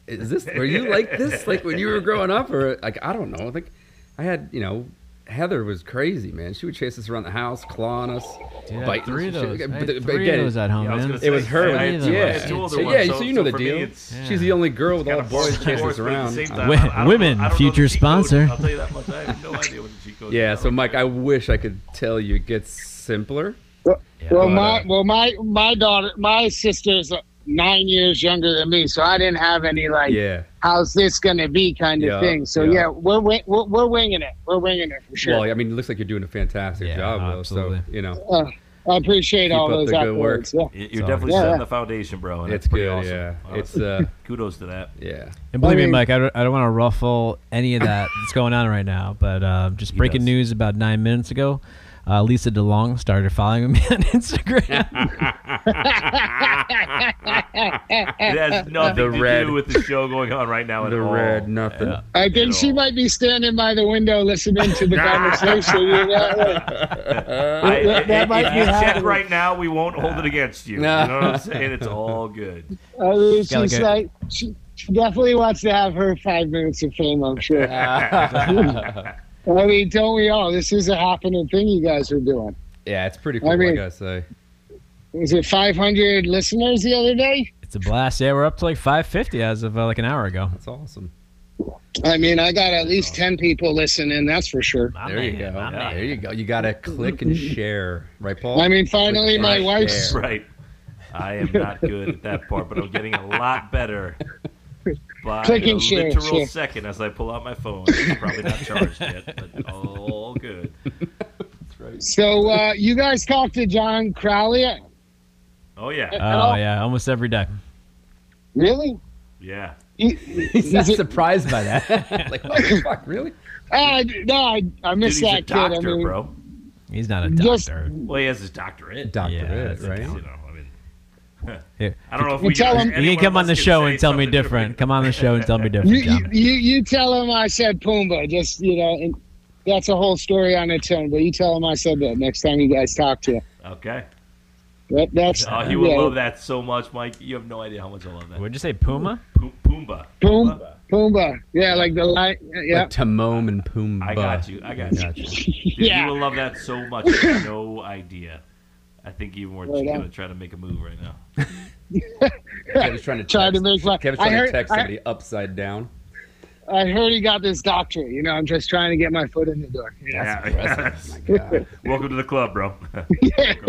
Speaker 3: is this were you like this like when you were growing up or like i don't know like i had you know Heather was crazy, man. She would chase us around the house, clawing us,
Speaker 1: Dude, I had
Speaker 3: biting
Speaker 1: three of
Speaker 3: us. and
Speaker 1: those.
Speaker 3: shit.
Speaker 1: I
Speaker 3: But-
Speaker 1: had
Speaker 3: but
Speaker 1: three
Speaker 3: again,
Speaker 1: of those at home.
Speaker 2: Yeah, I was
Speaker 1: man.
Speaker 2: gonna
Speaker 3: It was
Speaker 2: say,
Speaker 3: her.
Speaker 2: I
Speaker 3: with-
Speaker 1: had
Speaker 3: yeah,
Speaker 1: two
Speaker 2: older
Speaker 3: so-
Speaker 2: ones,
Speaker 3: yeah.
Speaker 2: so-
Speaker 3: So you know
Speaker 2: so
Speaker 3: the
Speaker 2: for me,
Speaker 3: deal.
Speaker 2: it's-
Speaker 3: She's the only girl with all the
Speaker 2: Kinda
Speaker 3: boys
Speaker 2: forced
Speaker 3: chasing
Speaker 2: divorce,
Speaker 3: us
Speaker 2: but at the
Speaker 3: uh, around. Uh-huh.
Speaker 2: same time,
Speaker 1: Wi-
Speaker 2: I don't- I don't
Speaker 1: women,
Speaker 2: know- I don't know the
Speaker 1: future
Speaker 2: cheat codes.
Speaker 1: sponsor.
Speaker 2: I'll tell you that much. I have no idea what the cheat codes
Speaker 3: Yeah.
Speaker 2: are.
Speaker 3: So Mike, I wish I could tell you it gets simpler.
Speaker 5: well,
Speaker 3: but,
Speaker 5: my
Speaker 3: uh,
Speaker 5: well, my my daughter, my sister's nine years younger than me, so I didn't have any like,
Speaker 3: Yeah.
Speaker 5: "How's this going to be?" kind of
Speaker 3: Yeah,
Speaker 5: thing. So
Speaker 3: yeah.
Speaker 5: yeah, we're, wi- we're we're winging it. We're winging it for sure.
Speaker 3: Well, I mean, it looks like you're doing a fantastic
Speaker 1: Yeah,
Speaker 3: job,
Speaker 1: no,
Speaker 3: Will. So
Speaker 1: absolutely.
Speaker 3: you know,
Speaker 5: Uh, I appreciate
Speaker 3: Keep
Speaker 5: all
Speaker 3: up
Speaker 5: those
Speaker 3: the good
Speaker 5: accolades.
Speaker 3: work.
Speaker 5: Yeah.
Speaker 2: You're
Speaker 1: all
Speaker 2: definitely
Speaker 5: good.
Speaker 2: setting
Speaker 5: Yeah.
Speaker 2: the foundation, bro. And
Speaker 3: it's
Speaker 2: that's pretty
Speaker 3: good.
Speaker 2: Awesome.
Speaker 3: Yeah.
Speaker 2: Honestly.
Speaker 3: It's uh,
Speaker 2: kudos to that.
Speaker 3: yeah.
Speaker 1: And believe
Speaker 5: I
Speaker 1: me,
Speaker 5: mean-
Speaker 1: Mike, I don't, I don't want to ruffle any of that that's going on right now. But uh, just
Speaker 2: He
Speaker 1: breaking
Speaker 2: does.
Speaker 1: news about nine minutes ago, uh, Lisa DeLong started following me on Instagram.
Speaker 2: It has nothing
Speaker 3: The
Speaker 2: to
Speaker 3: red-
Speaker 2: do with the show going on right now at
Speaker 3: The
Speaker 2: all.
Speaker 3: red nothing.
Speaker 5: I think
Speaker 2: At
Speaker 5: she
Speaker 2: all.
Speaker 5: might be standing by the window listening to the conversation. You know?
Speaker 2: I,
Speaker 5: That- that
Speaker 2: if
Speaker 5: might be
Speaker 2: you check
Speaker 5: happening.
Speaker 2: right now, we won't hold it against you.
Speaker 3: Nah.
Speaker 2: You know what I'm saying? It's all good.
Speaker 5: I mean,
Speaker 1: Gotta
Speaker 5: she's
Speaker 1: go.
Speaker 5: like, she she definitely wants to have her five minutes of fame. I'm sure.
Speaker 2: Uh,
Speaker 5: I mean, don't we all? This is a happening thing you guys are doing.
Speaker 3: Yeah, it's pretty cool. I,
Speaker 5: mean-
Speaker 3: gotta say.
Speaker 5: Was it 500 listeners the other day?
Speaker 1: it's a blast. Yeah, we're up to like 550 as of uh, like an hour ago.
Speaker 3: That's awesome.
Speaker 5: I mean, I got at least 10 people listening, that's for sure.
Speaker 1: My
Speaker 3: There you
Speaker 1: man,
Speaker 3: go.
Speaker 1: my man.
Speaker 3: There you go. You gotta click and share, right, Paul?
Speaker 5: I mean, finally, my
Speaker 3: Right
Speaker 5: wife's.
Speaker 3: there.
Speaker 2: Right. I am not good at that part, but I'm getting a lot better by
Speaker 5: Click
Speaker 2: a
Speaker 5: and share,
Speaker 2: literal
Speaker 5: share.
Speaker 2: second as I pull out my phone. It's probably not charged yet, but all good.
Speaker 5: So, uh, you guys talked to John Crowley?
Speaker 2: Oh yeah,
Speaker 1: Oh, yeah, almost every day.
Speaker 5: Really?
Speaker 2: yeah.
Speaker 3: He's not
Speaker 5: Is it-
Speaker 3: surprised by that. like, what the fuck, really?
Speaker 5: Uh, no, I, I
Speaker 2: Dude,
Speaker 5: miss
Speaker 2: he's a
Speaker 5: that kid.
Speaker 2: doctor,
Speaker 5: I mean,
Speaker 2: bro.
Speaker 1: He's not a
Speaker 5: Just-
Speaker 1: doctor.
Speaker 2: Well, he has his doctorate.
Speaker 3: Doctor
Speaker 1: Yeah,
Speaker 3: Ed,
Speaker 1: that's
Speaker 2: You
Speaker 3: right?
Speaker 2: know, I mean,
Speaker 1: Here.
Speaker 2: I don't know if
Speaker 5: You
Speaker 2: we
Speaker 5: tell him-
Speaker 1: You can come on the show and tell me different. Come on the show and tell me
Speaker 5: you,
Speaker 1: different,
Speaker 5: you,
Speaker 1: John.
Speaker 5: you, you tell him I said Pumbaa. Just, you know, and that's a whole story on its own, but you tell him I said that next time you guys talk to him.
Speaker 2: Okay.
Speaker 5: That, that's.
Speaker 2: Oh, he will
Speaker 5: yeah.
Speaker 2: love that so much, Mike. You have no idea how much I love that.
Speaker 1: What'd you say, Puma?
Speaker 2: Pum- Pumbaa.
Speaker 5: Pum- Pumbaa. Yeah, like the light. Yeah.
Speaker 3: Like Timon and Pumbaa.
Speaker 2: I got you. I got you. Dude,
Speaker 5: Yeah.
Speaker 2: You will love that so much. You have no idea. I think even we're just
Speaker 5: Right on.
Speaker 2: gonna try to make a move right now.
Speaker 3: Kevin's trying to
Speaker 5: Tried to
Speaker 3: text-
Speaker 5: make my-
Speaker 3: Kevin's
Speaker 5: I
Speaker 3: trying to
Speaker 5: heard-
Speaker 3: text
Speaker 5: I-
Speaker 3: somebody upside down.
Speaker 5: I heard he got this doctorate. You know, I'm just trying to get my foot in the door. Yeah.
Speaker 2: Yeah.
Speaker 3: Oh My God.
Speaker 2: Welcome to the club, bro. Welcome to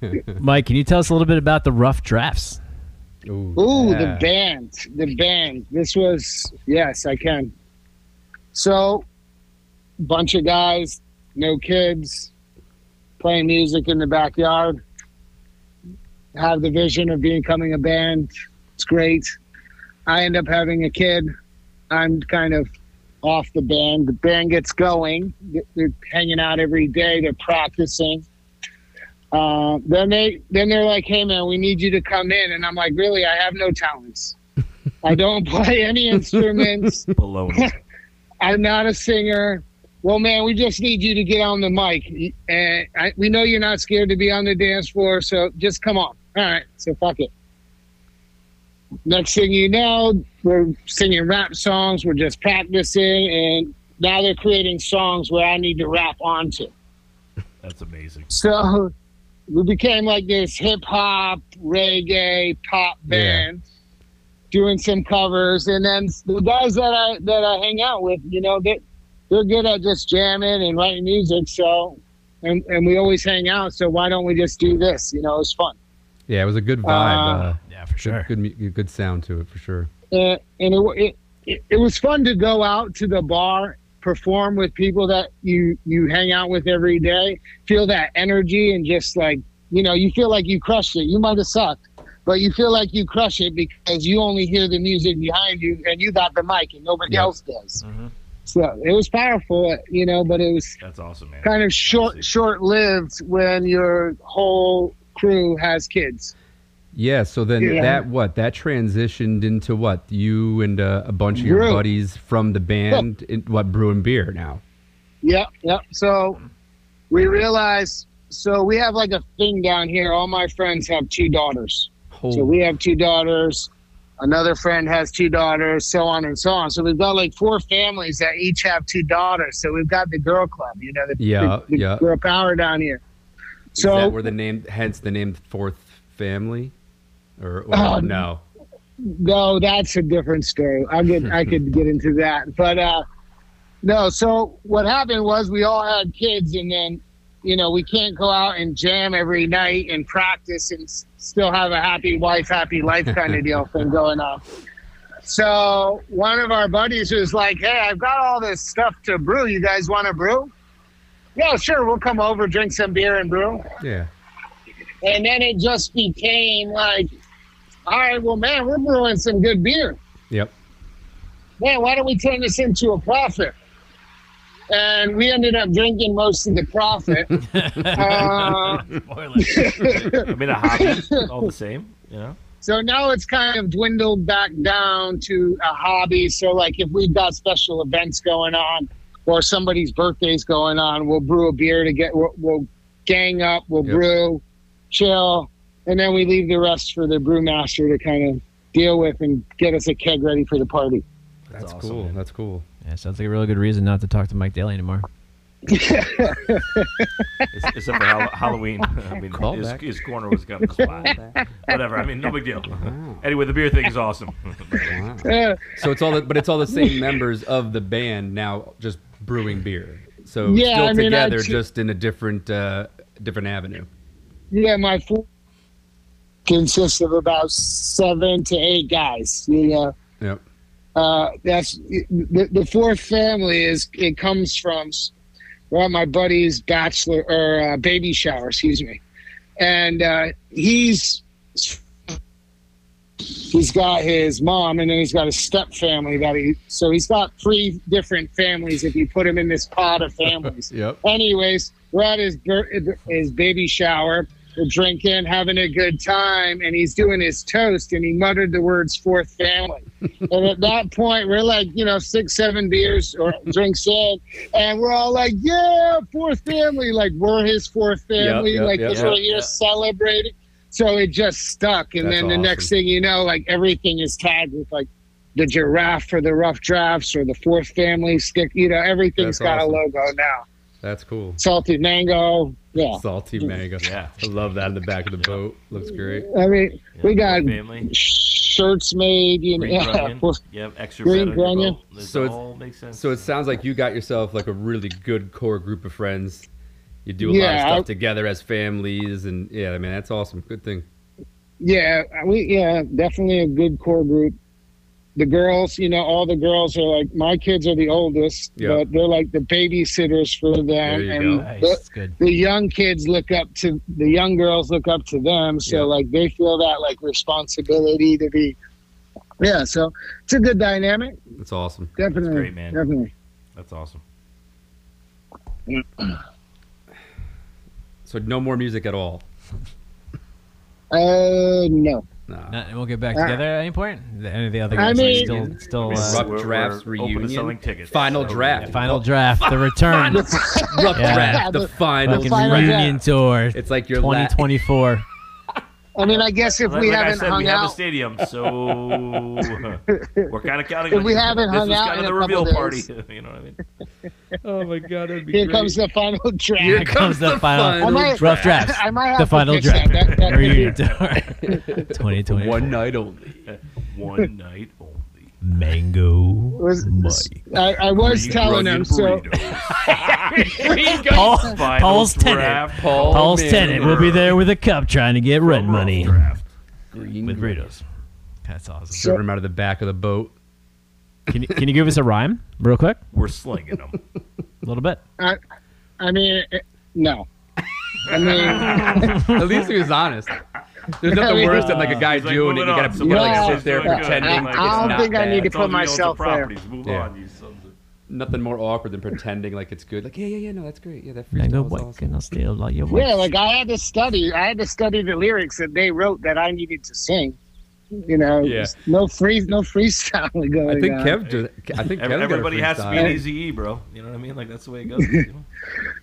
Speaker 2: the club.
Speaker 1: Mike, can you tell us a little bit about the rough drafts?
Speaker 3: Ooh,
Speaker 5: Ooh,
Speaker 3: yeah.
Speaker 5: the band, the band. This was yes, I can. So, bunch of guys, no kids, playing music in the backyard. Have the vision of becoming a band. It's great. I end up having a kid. I'm kind of off the band. The band gets going. They're hanging out every day. They're practicing. Uh, then they then they're like, "Hey man, we need you to come in," and I'm like, "Really? I have no talents. I don't play any instruments.
Speaker 2: Baloney.
Speaker 5: I'm not a singer." Well, man, we just need you to get on the mic, and I, we know you're not scared to be on the dance floor, so just come on. All right, so fuck it. Next thing you know, we're singing rap songs. We're just practicing, and now they're creating songs where I need to rap onto.
Speaker 2: That's amazing.
Speaker 5: So we became like this hip hop, reggae, pop band, doing some covers, and then the guys that I that I hang out with, you know, they they're good at just jamming and writing music. So, and and we always hang out. So why don't we just do this? You know, it's fun.
Speaker 3: Yeah, it was a good vibe.
Speaker 5: Uh,
Speaker 3: Uh,
Speaker 1: Yeah, for
Speaker 3: good, good, mu- good sound to it for sure.
Speaker 5: and, and it, it- it it was fun to go out to the bar perform with people that you you hang out with every day feel that energy and just like you know you feel like you crushed it you might have sucked but you feel like you crush it because you only hear the music behind you and you got the mic and nobody
Speaker 3: Yeah.
Speaker 5: else does
Speaker 2: Mhm.
Speaker 5: so it was powerful you know but it was
Speaker 2: That's awesome, man.
Speaker 5: kind of short short lived when your whole crew has kids
Speaker 3: Yeah. So then
Speaker 5: Yeah.
Speaker 3: that what that transitioned into what you and uh, a bunch of your
Speaker 5: Brew.
Speaker 3: buddies from the band in, what brewing beer now.
Speaker 5: Yep, yep. So we realized. So we have like a thing down here. All my friends have two daughters.
Speaker 3: Holy
Speaker 5: So we have two daughters. Another friend has two daughters, so on and so on. So we've got like four families that each have two daughters. So we've got the girl club, you know, the,
Speaker 3: Yeah,
Speaker 5: the, the
Speaker 3: yeah.
Speaker 5: girl power down here.
Speaker 3: Is
Speaker 5: So
Speaker 3: that where the name, hence the name fourth family, or, or
Speaker 5: Oh,
Speaker 3: no?
Speaker 5: no, that's a different story. I could I could get into that, but uh, no. So what happened was we all had kids, and then you know we can't go out and jam every night and practice and s- still have a happy wife, happy life kind of deal thing going on. So one of our buddies was like, "Hey, I've got all this stuff to brew. You guys want to brew?" Yeah, sure. We'll come over, drink some beer, and brew.
Speaker 3: Yeah.
Speaker 5: And then it just became like, all right, well, man, we're brewing some good beer.
Speaker 3: Yep.
Speaker 5: Man, why don't we turn this into a profit? And we ended up drinking most of the profit. uh,
Speaker 1: More or less.
Speaker 2: I mean, a hobby, all the same. You know,
Speaker 5: so now it's kind of dwindled back down to a hobby. So, like, if we've got special events going on or somebody's birthday's going on, we'll brew a beer to get, we'll, we'll gang up, we'll
Speaker 3: Yep.
Speaker 5: brew, chill, and then we leave the rest for the brewmaster to kind of deal with and get us a keg ready for the party.
Speaker 3: That's,
Speaker 2: awesome,
Speaker 3: cool.
Speaker 2: man.
Speaker 3: That's cool.
Speaker 1: yeah, sounds like a really good reason not to talk to Mike Daly anymore.
Speaker 2: It's- except for Hall- Halloween. I mean,
Speaker 3: Call
Speaker 2: his,
Speaker 3: back.
Speaker 2: his corner was kind of spot. Whatever. I mean, no big deal. Anyway, the beer thing is awesome.
Speaker 5: Uh,
Speaker 3: So it's all, the, but it's all the same members of the band now, just brewing beer. So
Speaker 5: Yeah,
Speaker 3: still
Speaker 5: I mean, I
Speaker 3: together,
Speaker 5: ch-
Speaker 3: just in a different, uh, different avenue.
Speaker 5: yeah, my four consists of about seven to eight guys. You know,
Speaker 3: Yep.
Speaker 5: uh, that's the, the fourth family is it comes from s- one of my buddy's bachelor or uh, baby shower, excuse me, and uh, he's he's got his mom and then he's got his step family that he so he's got three different families if you put him in this pod of families
Speaker 3: Yep.
Speaker 5: anyways, we're at his bir- his baby shower. We're drinking, having a good time, and he's doing his toast, and he muttered the words "fourth family." and at that point, we're like, you know, six, seven beers or drinks in, and we're all like, "Yeah, fourth family!" Like we're his fourth family.
Speaker 3: yep,
Speaker 5: like
Speaker 3: yep,
Speaker 5: this we're
Speaker 2: yep,
Speaker 5: here
Speaker 2: yep.
Speaker 5: celebrating. So it just stuck, and
Speaker 3: That's
Speaker 5: then the next
Speaker 3: awesome.
Speaker 5: thing you know, like everything is tagged with like the giraffe for the rough drafts or the fourth family stick. You know, everything's
Speaker 3: That's
Speaker 5: got
Speaker 3: awesome.
Speaker 5: a logo now
Speaker 3: That's cool.
Speaker 5: salted mango. Yeah.
Speaker 3: Salty mango.
Speaker 2: Yeah.
Speaker 3: I love that in the back of the boat. Looks great.
Speaker 5: I mean, we got
Speaker 2: family.
Speaker 5: shirts made, you know.
Speaker 2: Green
Speaker 5: Yeah.
Speaker 2: grunion. You have extra
Speaker 5: Green
Speaker 2: bread on your
Speaker 5: grunion.
Speaker 2: boat. This
Speaker 3: So it's-
Speaker 2: all makes sense.
Speaker 3: So it sounds like you got yourself like a really good core group of friends. You do a lot of
Speaker 5: Yeah,
Speaker 3: stuff
Speaker 5: I-
Speaker 3: together as families, and yeah, man, that's awesome. Good thing.
Speaker 5: Yeah, we yeah, definitely a good core group. The girls, you know, all the girls are like my kids are the oldest,
Speaker 3: Yeah.
Speaker 5: but they're like the babysitters for them
Speaker 3: There you
Speaker 5: and
Speaker 3: go.
Speaker 1: Nice.
Speaker 5: the,
Speaker 1: That's good.
Speaker 5: the young kids look up to the young girls look up to them, so
Speaker 3: Yeah.
Speaker 5: like they feel that like responsibility to be Yeah, so it's a good dynamic.
Speaker 3: That's awesome.
Speaker 5: Definitely.
Speaker 2: great, man.
Speaker 5: Definitely.
Speaker 2: That's awesome.
Speaker 3: So no more music at all.
Speaker 5: Uh no.
Speaker 3: Nah.
Speaker 1: Not, and we'll get back together at any point. The- Any of the other
Speaker 5: Uh, I
Speaker 1: guys
Speaker 5: mean-
Speaker 1: are still still
Speaker 3: mean,
Speaker 1: uh,
Speaker 3: Rough Drafts
Speaker 2: Open
Speaker 3: reunion.
Speaker 2: to selling tickets.
Speaker 3: Final
Speaker 2: So,
Speaker 3: draft.
Speaker 1: final draft, the return,
Speaker 3: Rough
Speaker 1: Yeah.
Speaker 3: draft, the
Speaker 5: The
Speaker 3: final
Speaker 1: fucking
Speaker 5: the final
Speaker 3: draft.
Speaker 5: draft.
Speaker 1: reunion tour,
Speaker 3: It's like your last.
Speaker 1: 2024.
Speaker 5: I mean, I guess if
Speaker 2: Like,
Speaker 5: we
Speaker 2: like I
Speaker 5: haven't
Speaker 2: said,
Speaker 5: hung
Speaker 2: we have a
Speaker 5: out,
Speaker 2: stadium, so we're kind of counting.
Speaker 5: If
Speaker 2: on
Speaker 5: we
Speaker 2: you.
Speaker 5: haven't
Speaker 2: this
Speaker 5: hung
Speaker 2: was
Speaker 5: out
Speaker 2: kind
Speaker 5: in
Speaker 2: of
Speaker 5: a
Speaker 2: the
Speaker 5: couple
Speaker 2: reveal party.
Speaker 5: days.
Speaker 2: you know what I mean?
Speaker 3: Oh my god, that'd be
Speaker 5: here
Speaker 3: great.
Speaker 5: comes the final
Speaker 3: Here
Speaker 5: draft.
Speaker 1: comes the final
Speaker 5: I might,
Speaker 1: Rough drafts.
Speaker 5: I might have
Speaker 1: The
Speaker 5: to
Speaker 1: final
Speaker 5: fix
Speaker 1: draft.
Speaker 5: That. That, that could be-
Speaker 1: Reunion tour. 2024.
Speaker 3: one night only.
Speaker 2: One night only.
Speaker 1: Mango.
Speaker 5: was-
Speaker 1: Mike.
Speaker 5: I, I was
Speaker 2: Green
Speaker 5: telling
Speaker 2: grunion
Speaker 5: him. So
Speaker 2: burritos.
Speaker 1: Paul,
Speaker 2: Final
Speaker 1: Paul's tenant.
Speaker 2: draft,
Speaker 3: Paul
Speaker 1: Paul's
Speaker 3: Mann.
Speaker 1: tenant will be there with a cup trying to get rent
Speaker 2: Rough
Speaker 1: money
Speaker 2: Draft.
Speaker 3: Green
Speaker 1: with burritos. That's awesome.
Speaker 3: Serve him out of the back of the boat.
Speaker 1: Can you, can you give us a rhyme real quick?
Speaker 2: We're slinging them.
Speaker 1: A little bit.
Speaker 5: I, I mean, eh, no. I mean,
Speaker 3: At least he was honest. There's nothing worse than like a guy
Speaker 2: He's like,
Speaker 3: doing it. You
Speaker 2: moving
Speaker 3: gotta,
Speaker 2: on.
Speaker 3: you gotta
Speaker 5: Somebody
Speaker 3: like
Speaker 5: else
Speaker 3: sit
Speaker 5: is
Speaker 3: there
Speaker 2: doing good.
Speaker 3: pretending.
Speaker 2: I- I
Speaker 3: it's
Speaker 2: don't
Speaker 3: not
Speaker 5: think I
Speaker 3: bad.
Speaker 5: need to
Speaker 2: Told
Speaker 5: put
Speaker 2: you else with
Speaker 5: myself there.
Speaker 2: properties. Move
Speaker 3: Yeah.
Speaker 2: on, you sons of-
Speaker 3: Nothing more awkward than pretending like it's good. Like yeah, yeah, yeah. No, that's great. Yeah, that
Speaker 1: Mango
Speaker 3: freestyle was
Speaker 1: white
Speaker 3: awesome.
Speaker 1: can I steal like your
Speaker 5: yeah,
Speaker 1: whites?
Speaker 5: like I had to study. I had to study the lyrics that they wrote that I needed to sing. You know,
Speaker 3: Yeah.
Speaker 5: just no free, no freestyle going
Speaker 3: I think
Speaker 5: on.
Speaker 3: Kev. Just, I think Kev's got a
Speaker 2: Everybody has to be an
Speaker 3: freestyle.
Speaker 2: easy E, bro. You know what I mean? Like that's the way it goes. you know?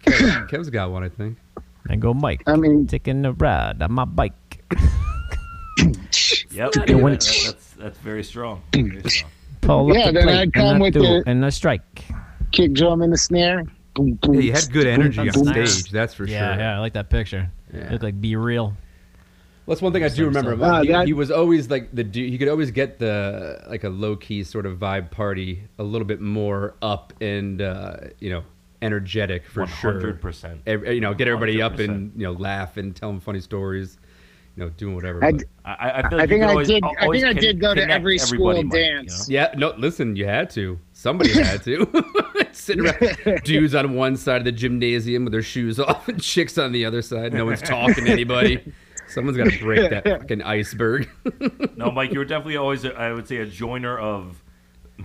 Speaker 3: Kev- Kev's got one, I think.
Speaker 1: Mango Mike.
Speaker 5: I mean,
Speaker 1: Taking a ride on my bike.
Speaker 2: Yep.
Speaker 1: Good one.
Speaker 2: That- that's, that's very strong. Very strong.
Speaker 1: Paul,
Speaker 5: Yeah, then I'd come with the-
Speaker 1: and a strike.
Speaker 5: Kick drum and the snare. Boom, boom,
Speaker 3: Yeah, you had good energy on
Speaker 1: That's nice.
Speaker 3: stage, that's for
Speaker 1: Yeah,
Speaker 3: sure.
Speaker 1: yeah, I like that picture.
Speaker 3: Yeah.
Speaker 1: Look like be real.
Speaker 3: Well, that's one thing I do remember.
Speaker 1: something.
Speaker 3: about him.
Speaker 5: Ah,
Speaker 3: he,
Speaker 5: that-
Speaker 3: he was always like the dude. He could always get the like a low key sort of vibe party a little bit more up and uh, you know energetic for sure.
Speaker 2: 100%.
Speaker 3: Ev- You know, get everybody up
Speaker 2: 100%.
Speaker 3: and you know laugh and tell them funny stories. You know, doing whatever.
Speaker 5: I
Speaker 3: but-
Speaker 5: d-
Speaker 2: I, I, feel
Speaker 5: I
Speaker 2: like you
Speaker 5: think
Speaker 2: can
Speaker 5: I
Speaker 2: always-
Speaker 5: did- I
Speaker 2: always
Speaker 5: think I
Speaker 2: con-
Speaker 5: did go to
Speaker 2: connect
Speaker 5: every school
Speaker 2: everybody, Mike, you know?
Speaker 5: dance.
Speaker 3: Yeah, no, listen, you had to. Somebody had to. Sit around, dudes on one side of the gymnasium with their shoes off, and chicks on the other side. No one's talking to anybody. Someone's got to break that fucking iceberg.
Speaker 2: No, Mike, you were definitely always, a, I would say, a joiner of,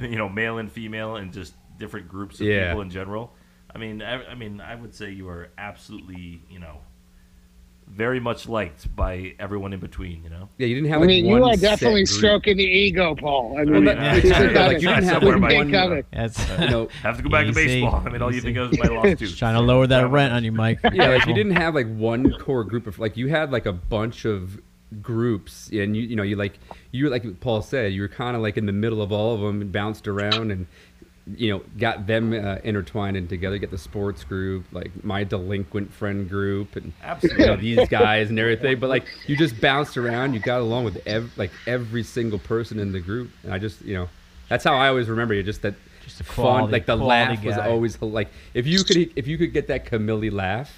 Speaker 2: you know, male and female, and just different groups of
Speaker 3: Yeah.
Speaker 2: people in general. I mean, I, I mean, I would say you were absolutely, you know, very much liked by everyone in between. You know,
Speaker 3: Yeah, you didn't have.
Speaker 5: I
Speaker 3: Like,
Speaker 5: mean,
Speaker 3: one
Speaker 5: you are
Speaker 3: set
Speaker 5: definitely
Speaker 3: group.
Speaker 5: stroking the ego, Paul. I
Speaker 2: I
Speaker 5: mean,
Speaker 2: mean, I-
Speaker 5: it's
Speaker 2: I-
Speaker 5: about
Speaker 2: like,
Speaker 5: it.
Speaker 2: you
Speaker 5: It's
Speaker 2: have
Speaker 5: about
Speaker 2: somewhere
Speaker 5: it.
Speaker 2: by
Speaker 5: Think
Speaker 3: uh,
Speaker 2: one-
Speaker 5: of it.
Speaker 1: That's
Speaker 3: You know,
Speaker 2: have to go back to
Speaker 1: Easy.
Speaker 2: baseball. I mean, all you
Speaker 1: Easy.
Speaker 2: think of is my lost tooth.
Speaker 1: trying to lower that rent on you, Mike.
Speaker 3: yeah, like you didn't have like one core group of like you had like a bunch of groups, and you you know you like you were like Paul said you were kind of like in the middle of all of them and bounced around and you know got them uh, intertwined and together. Get the sports group, like my delinquent friend group, and you know
Speaker 2: Absolutely.
Speaker 3: these guys and everything. But like you just bounced around, you got along with ev- like every single person in the group, and I just you know that's how I always remember you. Just that
Speaker 1: Just a
Speaker 3: fun,
Speaker 1: quality-
Speaker 3: like the
Speaker 1: quality
Speaker 3: laugh was
Speaker 1: guy.
Speaker 3: always hil- like if you could if you could get that Camille laugh.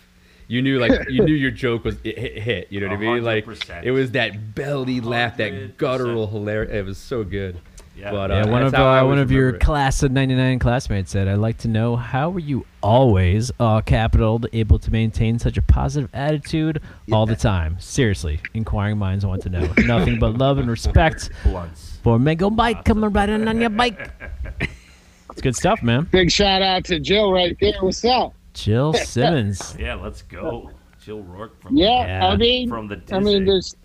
Speaker 3: You knew, like you knew, your joke was it hit, hit. You know what I mean? Like
Speaker 2: 100%.
Speaker 3: it was that belly laugh, that
Speaker 2: 100%.
Speaker 3: guttural hilarious. It was so good.
Speaker 2: Yeah.
Speaker 1: Yeah, one of
Speaker 3: that's how
Speaker 1: uh,
Speaker 3: I always
Speaker 1: one of your
Speaker 3: remember it.
Speaker 1: class of '99 classmates said, "I'd like to know how were you always all capital able to maintain such a positive attitude all the time? Seriously, inquiring minds want to know. Nothing but love and respect
Speaker 2: Blunts.
Speaker 1: for Mango Mike coming riding on your bike. It's good stuff, man.
Speaker 5: Big shout out to Jill right there. What's up?
Speaker 1: Jill Simmons.
Speaker 2: Yeah, let's go. Jill Rourke from
Speaker 5: Yeah,
Speaker 1: Yeah.
Speaker 5: I mean,
Speaker 2: from the.
Speaker 5: I
Speaker 2: Disney.
Speaker 5: mean, there's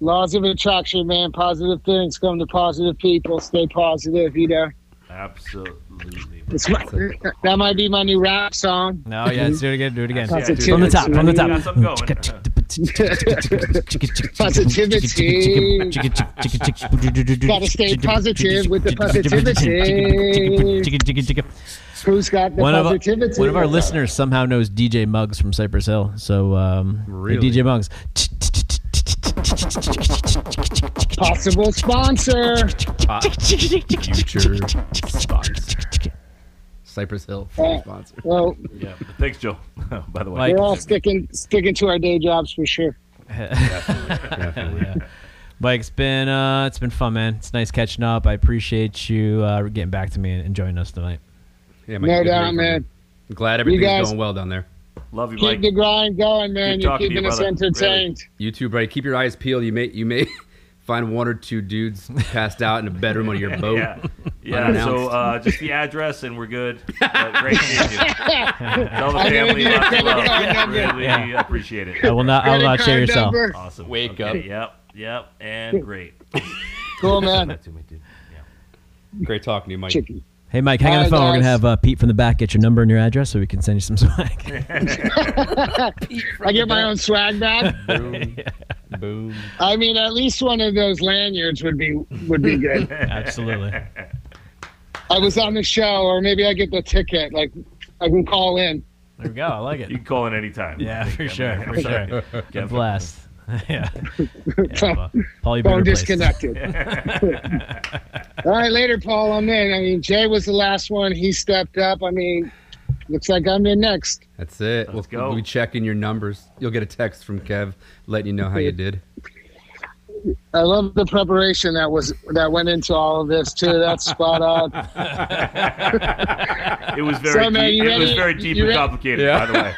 Speaker 5: laws of attraction, man. Positive things come to positive people. Stay positive, you know.
Speaker 2: absolutely.
Speaker 5: It's my, that might be my new rap song.
Speaker 1: No, yeah, let's do it again. Do it again.
Speaker 2: Yeah, dude.
Speaker 1: From the top, from the
Speaker 2: You got
Speaker 1: top.
Speaker 2: something going.
Speaker 5: Positivity. Gotta stay positive with the positivity. Who's got the
Speaker 1: One of, our,
Speaker 5: positivity?
Speaker 1: one of our listeners somehow knows DJ Muggs from Cypress Hill. So, um, hey,
Speaker 3: Really?
Speaker 1: DJ Muggs.
Speaker 5: Possible sponsor.
Speaker 3: future sponsor. Cypress Hill future sponsor.
Speaker 5: Well,
Speaker 2: Yeah. Thanks, Jill. By the way,
Speaker 1: Mike.
Speaker 5: we're all sticking sticking to our day jobs for sure.
Speaker 1: yeah. Mike, it's been uh, it's been fun, man. It's nice catching up. I appreciate you uh, getting back to me and and joining us tonight.
Speaker 3: Yeah, Mike,
Speaker 5: No
Speaker 3: good to hear
Speaker 5: doubt,
Speaker 3: from
Speaker 5: man.
Speaker 3: you. I'm glad everything's
Speaker 5: guys-
Speaker 3: going well down there.
Speaker 2: love you,
Speaker 5: Keep the
Speaker 2: Mike.
Speaker 5: grind going, man.
Speaker 2: Good
Speaker 5: You're
Speaker 2: talking to you,
Speaker 5: keeping us
Speaker 2: brother.
Speaker 5: entertained.
Speaker 3: You too, buddy. Keep your eyes peeled. You may you may find one or two dudes passed out in a bedroom on your boat.
Speaker 2: Yeah. Yeah, so uh, just the address and we're good. But great seeing you. Tell the
Speaker 5: I'm gonna
Speaker 2: family
Speaker 5: need a
Speaker 2: lots of
Speaker 5: credit
Speaker 2: love.
Speaker 5: card number.
Speaker 2: Really
Speaker 1: Yeah.
Speaker 2: appreciate it.
Speaker 1: I will not. I will
Speaker 5: Credit
Speaker 1: not share
Speaker 5: card
Speaker 1: yourself.
Speaker 5: number.
Speaker 2: Awesome.
Speaker 3: Wake
Speaker 2: Okay,
Speaker 3: up.
Speaker 2: Yep, yep, and great.
Speaker 5: Cool, man.
Speaker 2: That to me, dude. Yeah.
Speaker 3: Great talking to you, Mike.
Speaker 5: Chicken.
Speaker 1: Hey, Mike, hang on the
Speaker 5: Alright,
Speaker 1: phone. We're gonna
Speaker 5: guys.
Speaker 1: have uh, Pete from the back get your number and your address so we can send you some swag.
Speaker 5: I get my own swag back.
Speaker 3: Boom. Boom.
Speaker 5: I mean, at least one of those lanyards would be would be good.
Speaker 1: Absolutely.
Speaker 5: I was on the show, or maybe I get the ticket. Like, I can call in.
Speaker 1: There we go. I like
Speaker 2: You
Speaker 1: it.
Speaker 2: can call in anytime.
Speaker 1: Yeah,
Speaker 2: I think.
Speaker 1: for
Speaker 2: I mean,
Speaker 1: sure,
Speaker 2: I'm
Speaker 1: for
Speaker 2: sorry.
Speaker 1: sure.
Speaker 2: Yeah,
Speaker 1: A blast. yeah.
Speaker 5: Phone-
Speaker 1: Well, Paul, you better
Speaker 5: Phone
Speaker 1: replace-
Speaker 5: disconnected. All right, later, Paul. I'm in. I mean, Jay was the last one. He stepped up. I mean, looks like I'm in next.
Speaker 3: That's it.
Speaker 2: Let's
Speaker 3: we'll,
Speaker 2: go.
Speaker 3: we'll be checking your numbers. You'll get a text from Kev letting you know how you did.
Speaker 5: I love the preparation that was that went into all of this too. That's spot on.
Speaker 2: It was very
Speaker 5: So, man,
Speaker 2: deep.
Speaker 5: you
Speaker 2: It was
Speaker 5: ready-
Speaker 2: very deep
Speaker 5: you
Speaker 2: and
Speaker 5: ready-
Speaker 2: complicated,
Speaker 3: Yeah.
Speaker 2: by the way.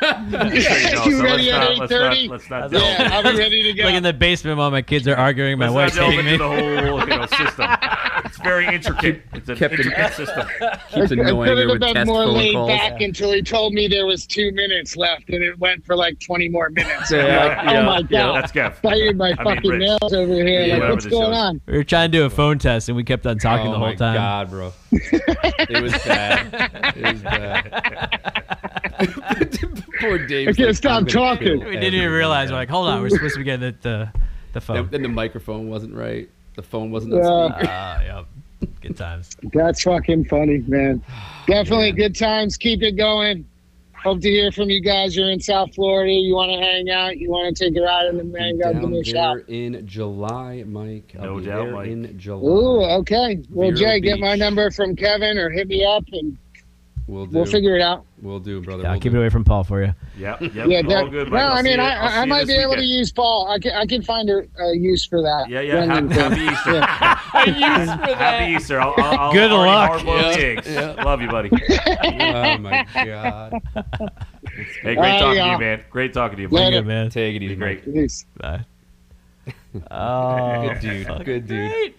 Speaker 2: Just so know, so
Speaker 5: You ready
Speaker 2: let's not- let's
Speaker 5: at
Speaker 2: not-
Speaker 5: 8:30?
Speaker 2: Let's not delve
Speaker 5: Yeah, I'll be ready to go.
Speaker 1: Like in the basement while my kids are arguing, my
Speaker 2: Let's
Speaker 1: wife's
Speaker 2: not delve
Speaker 1: hating
Speaker 2: into
Speaker 1: me.
Speaker 2: the whole you know, system. It's very intricate. It's an
Speaker 3: kept in-
Speaker 2: intricate system.
Speaker 3: Keeps
Speaker 5: I
Speaker 3: annoying
Speaker 5: could
Speaker 3: her
Speaker 5: have
Speaker 3: with
Speaker 5: been
Speaker 3: test
Speaker 5: more
Speaker 3: phone
Speaker 5: laid
Speaker 3: calls.
Speaker 5: back until he told me there was two minutes left, and it went for like 20 more minutes.
Speaker 3: Yeah,
Speaker 5: I'm like,
Speaker 3: yeah, yeah,
Speaker 5: oh my god,
Speaker 2: That's Gav.
Speaker 5: biting my
Speaker 2: I mean,
Speaker 5: fucking
Speaker 2: Rich.
Speaker 5: nails over here.
Speaker 3: Yeah,
Speaker 5: like,
Speaker 2: whatever
Speaker 5: what's
Speaker 2: the
Speaker 5: going
Speaker 2: show's-
Speaker 5: on?
Speaker 1: We were trying to do a phone test and we kept on talking
Speaker 3: oh
Speaker 1: the whole
Speaker 3: my
Speaker 1: time.
Speaker 3: god, bro. It was bad. It was bad. Poor Dave.
Speaker 5: I can't stop talking.
Speaker 1: We didn't even realize. We're like, hold on, we're supposed to be getting the the, the phone.
Speaker 3: Then the microphone wasn't right. The phone wasn't.
Speaker 5: Yeah.
Speaker 3: Yeah.
Speaker 1: Ah, yep. Good times.
Speaker 5: That's fucking funny, man.
Speaker 2: Oh,
Speaker 5: Definitely good times. Keep it going. Hope to hear from you guys. You're in South Florida. You want to hang out. You want to take a ride in the mango. Give
Speaker 3: down
Speaker 5: me
Speaker 3: there
Speaker 5: a shot.
Speaker 3: in July, Mike. I'll
Speaker 2: No
Speaker 3: be
Speaker 2: doubt,
Speaker 3: there
Speaker 2: Mike.
Speaker 3: In July.
Speaker 5: Ooh, uh, okay. Well,
Speaker 3: Vero
Speaker 5: Jay, get
Speaker 3: Beach.
Speaker 5: my number from Kevin or hit me up and
Speaker 3: We'll do.
Speaker 5: we'll figure it out.
Speaker 3: We'll do, brother.
Speaker 1: Yeah,
Speaker 3: we'll
Speaker 1: I'll keep
Speaker 3: do.
Speaker 1: it away from Paul for you.
Speaker 2: Yep. Yep.
Speaker 5: Yeah,
Speaker 2: all
Speaker 5: that-
Speaker 2: good. Mike.
Speaker 5: no,
Speaker 2: I'll
Speaker 5: I
Speaker 2: see
Speaker 5: mean,
Speaker 2: you-
Speaker 5: I,
Speaker 2: I'll see
Speaker 5: I, I
Speaker 2: you this
Speaker 5: might be able to
Speaker 2: weekend.
Speaker 5: use Paul. I can, I can find a, a use for that.
Speaker 2: Yeah, yeah. Happy, happy Easter. Happy Easter. I'll, I'll, I'll
Speaker 1: Good
Speaker 2: already
Speaker 1: luck.
Speaker 2: hard-boiled
Speaker 3: Yeah.
Speaker 2: eggs. Love you, buddy.
Speaker 3: Oh my god.
Speaker 2: Hey, great talking to
Speaker 5: Uh, yeah.
Speaker 2: you, man. Great talking to you.
Speaker 5: Later.
Speaker 2: Mike.
Speaker 1: Yeah, man.
Speaker 3: Take it easy, Mike.
Speaker 2: Great.
Speaker 5: Peace.
Speaker 1: Bye. Oh,
Speaker 3: Good dude. Good dude.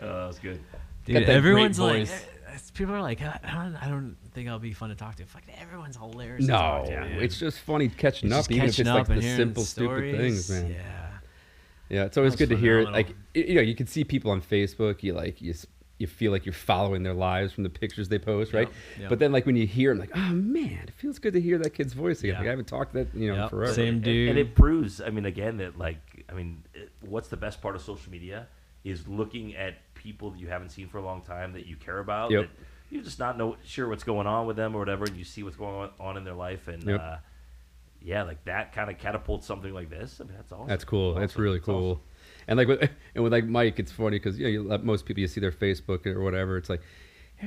Speaker 2: Uh, that was good.
Speaker 3: Got
Speaker 1: Dude,
Speaker 3: that great
Speaker 1: everyone's like,
Speaker 3: voice.
Speaker 1: eh, it's- people are like, I I don't, I don't think I'll be fun to talk to. Fuck, everyone's hilarious. to
Speaker 3: No,
Speaker 1: talk to, man.
Speaker 3: it's just funny catching
Speaker 1: Just
Speaker 3: up, even if
Speaker 1: catching
Speaker 3: it's like
Speaker 1: up and
Speaker 3: the
Speaker 1: hearing
Speaker 3: simple, stupid
Speaker 1: stories.
Speaker 3: things, man. Yeah,
Speaker 1: Yeah.
Speaker 3: it's
Speaker 1: That
Speaker 3: always
Speaker 1: was
Speaker 3: good to hear. it.
Speaker 1: phenomenal.
Speaker 3: Like y- you know, you can see people on Facebook. You like you. s- You feel like you're following their lives from the pictures they post, right?
Speaker 1: yep.
Speaker 3: But then, like when you hear them, like, oh man, it feels good to hear that kid's voice again.
Speaker 1: Yeah.
Speaker 3: Like, I haven't talked to that, you know, in
Speaker 1: Yep,
Speaker 3: forever.
Speaker 1: Same dude.
Speaker 2: And, and it proves, I mean, again, that like, I mean, it, what's the best part of social media is looking at people that you haven't seen for a long time that you care about.
Speaker 3: Yep.
Speaker 2: That you're just not know sure what's going on with them or whatever, and you see what's going on in their life, and
Speaker 3: Yep.
Speaker 2: uh, yeah, like that kind of catapults something like this. I mean, that's awesome.
Speaker 3: That's cool. That's
Speaker 2: Awesome.
Speaker 3: really
Speaker 2: That's awesome.
Speaker 3: cool. And like with and with like Mike, it's funny because you know you, like, most people you see their Facebook or whatever. It's like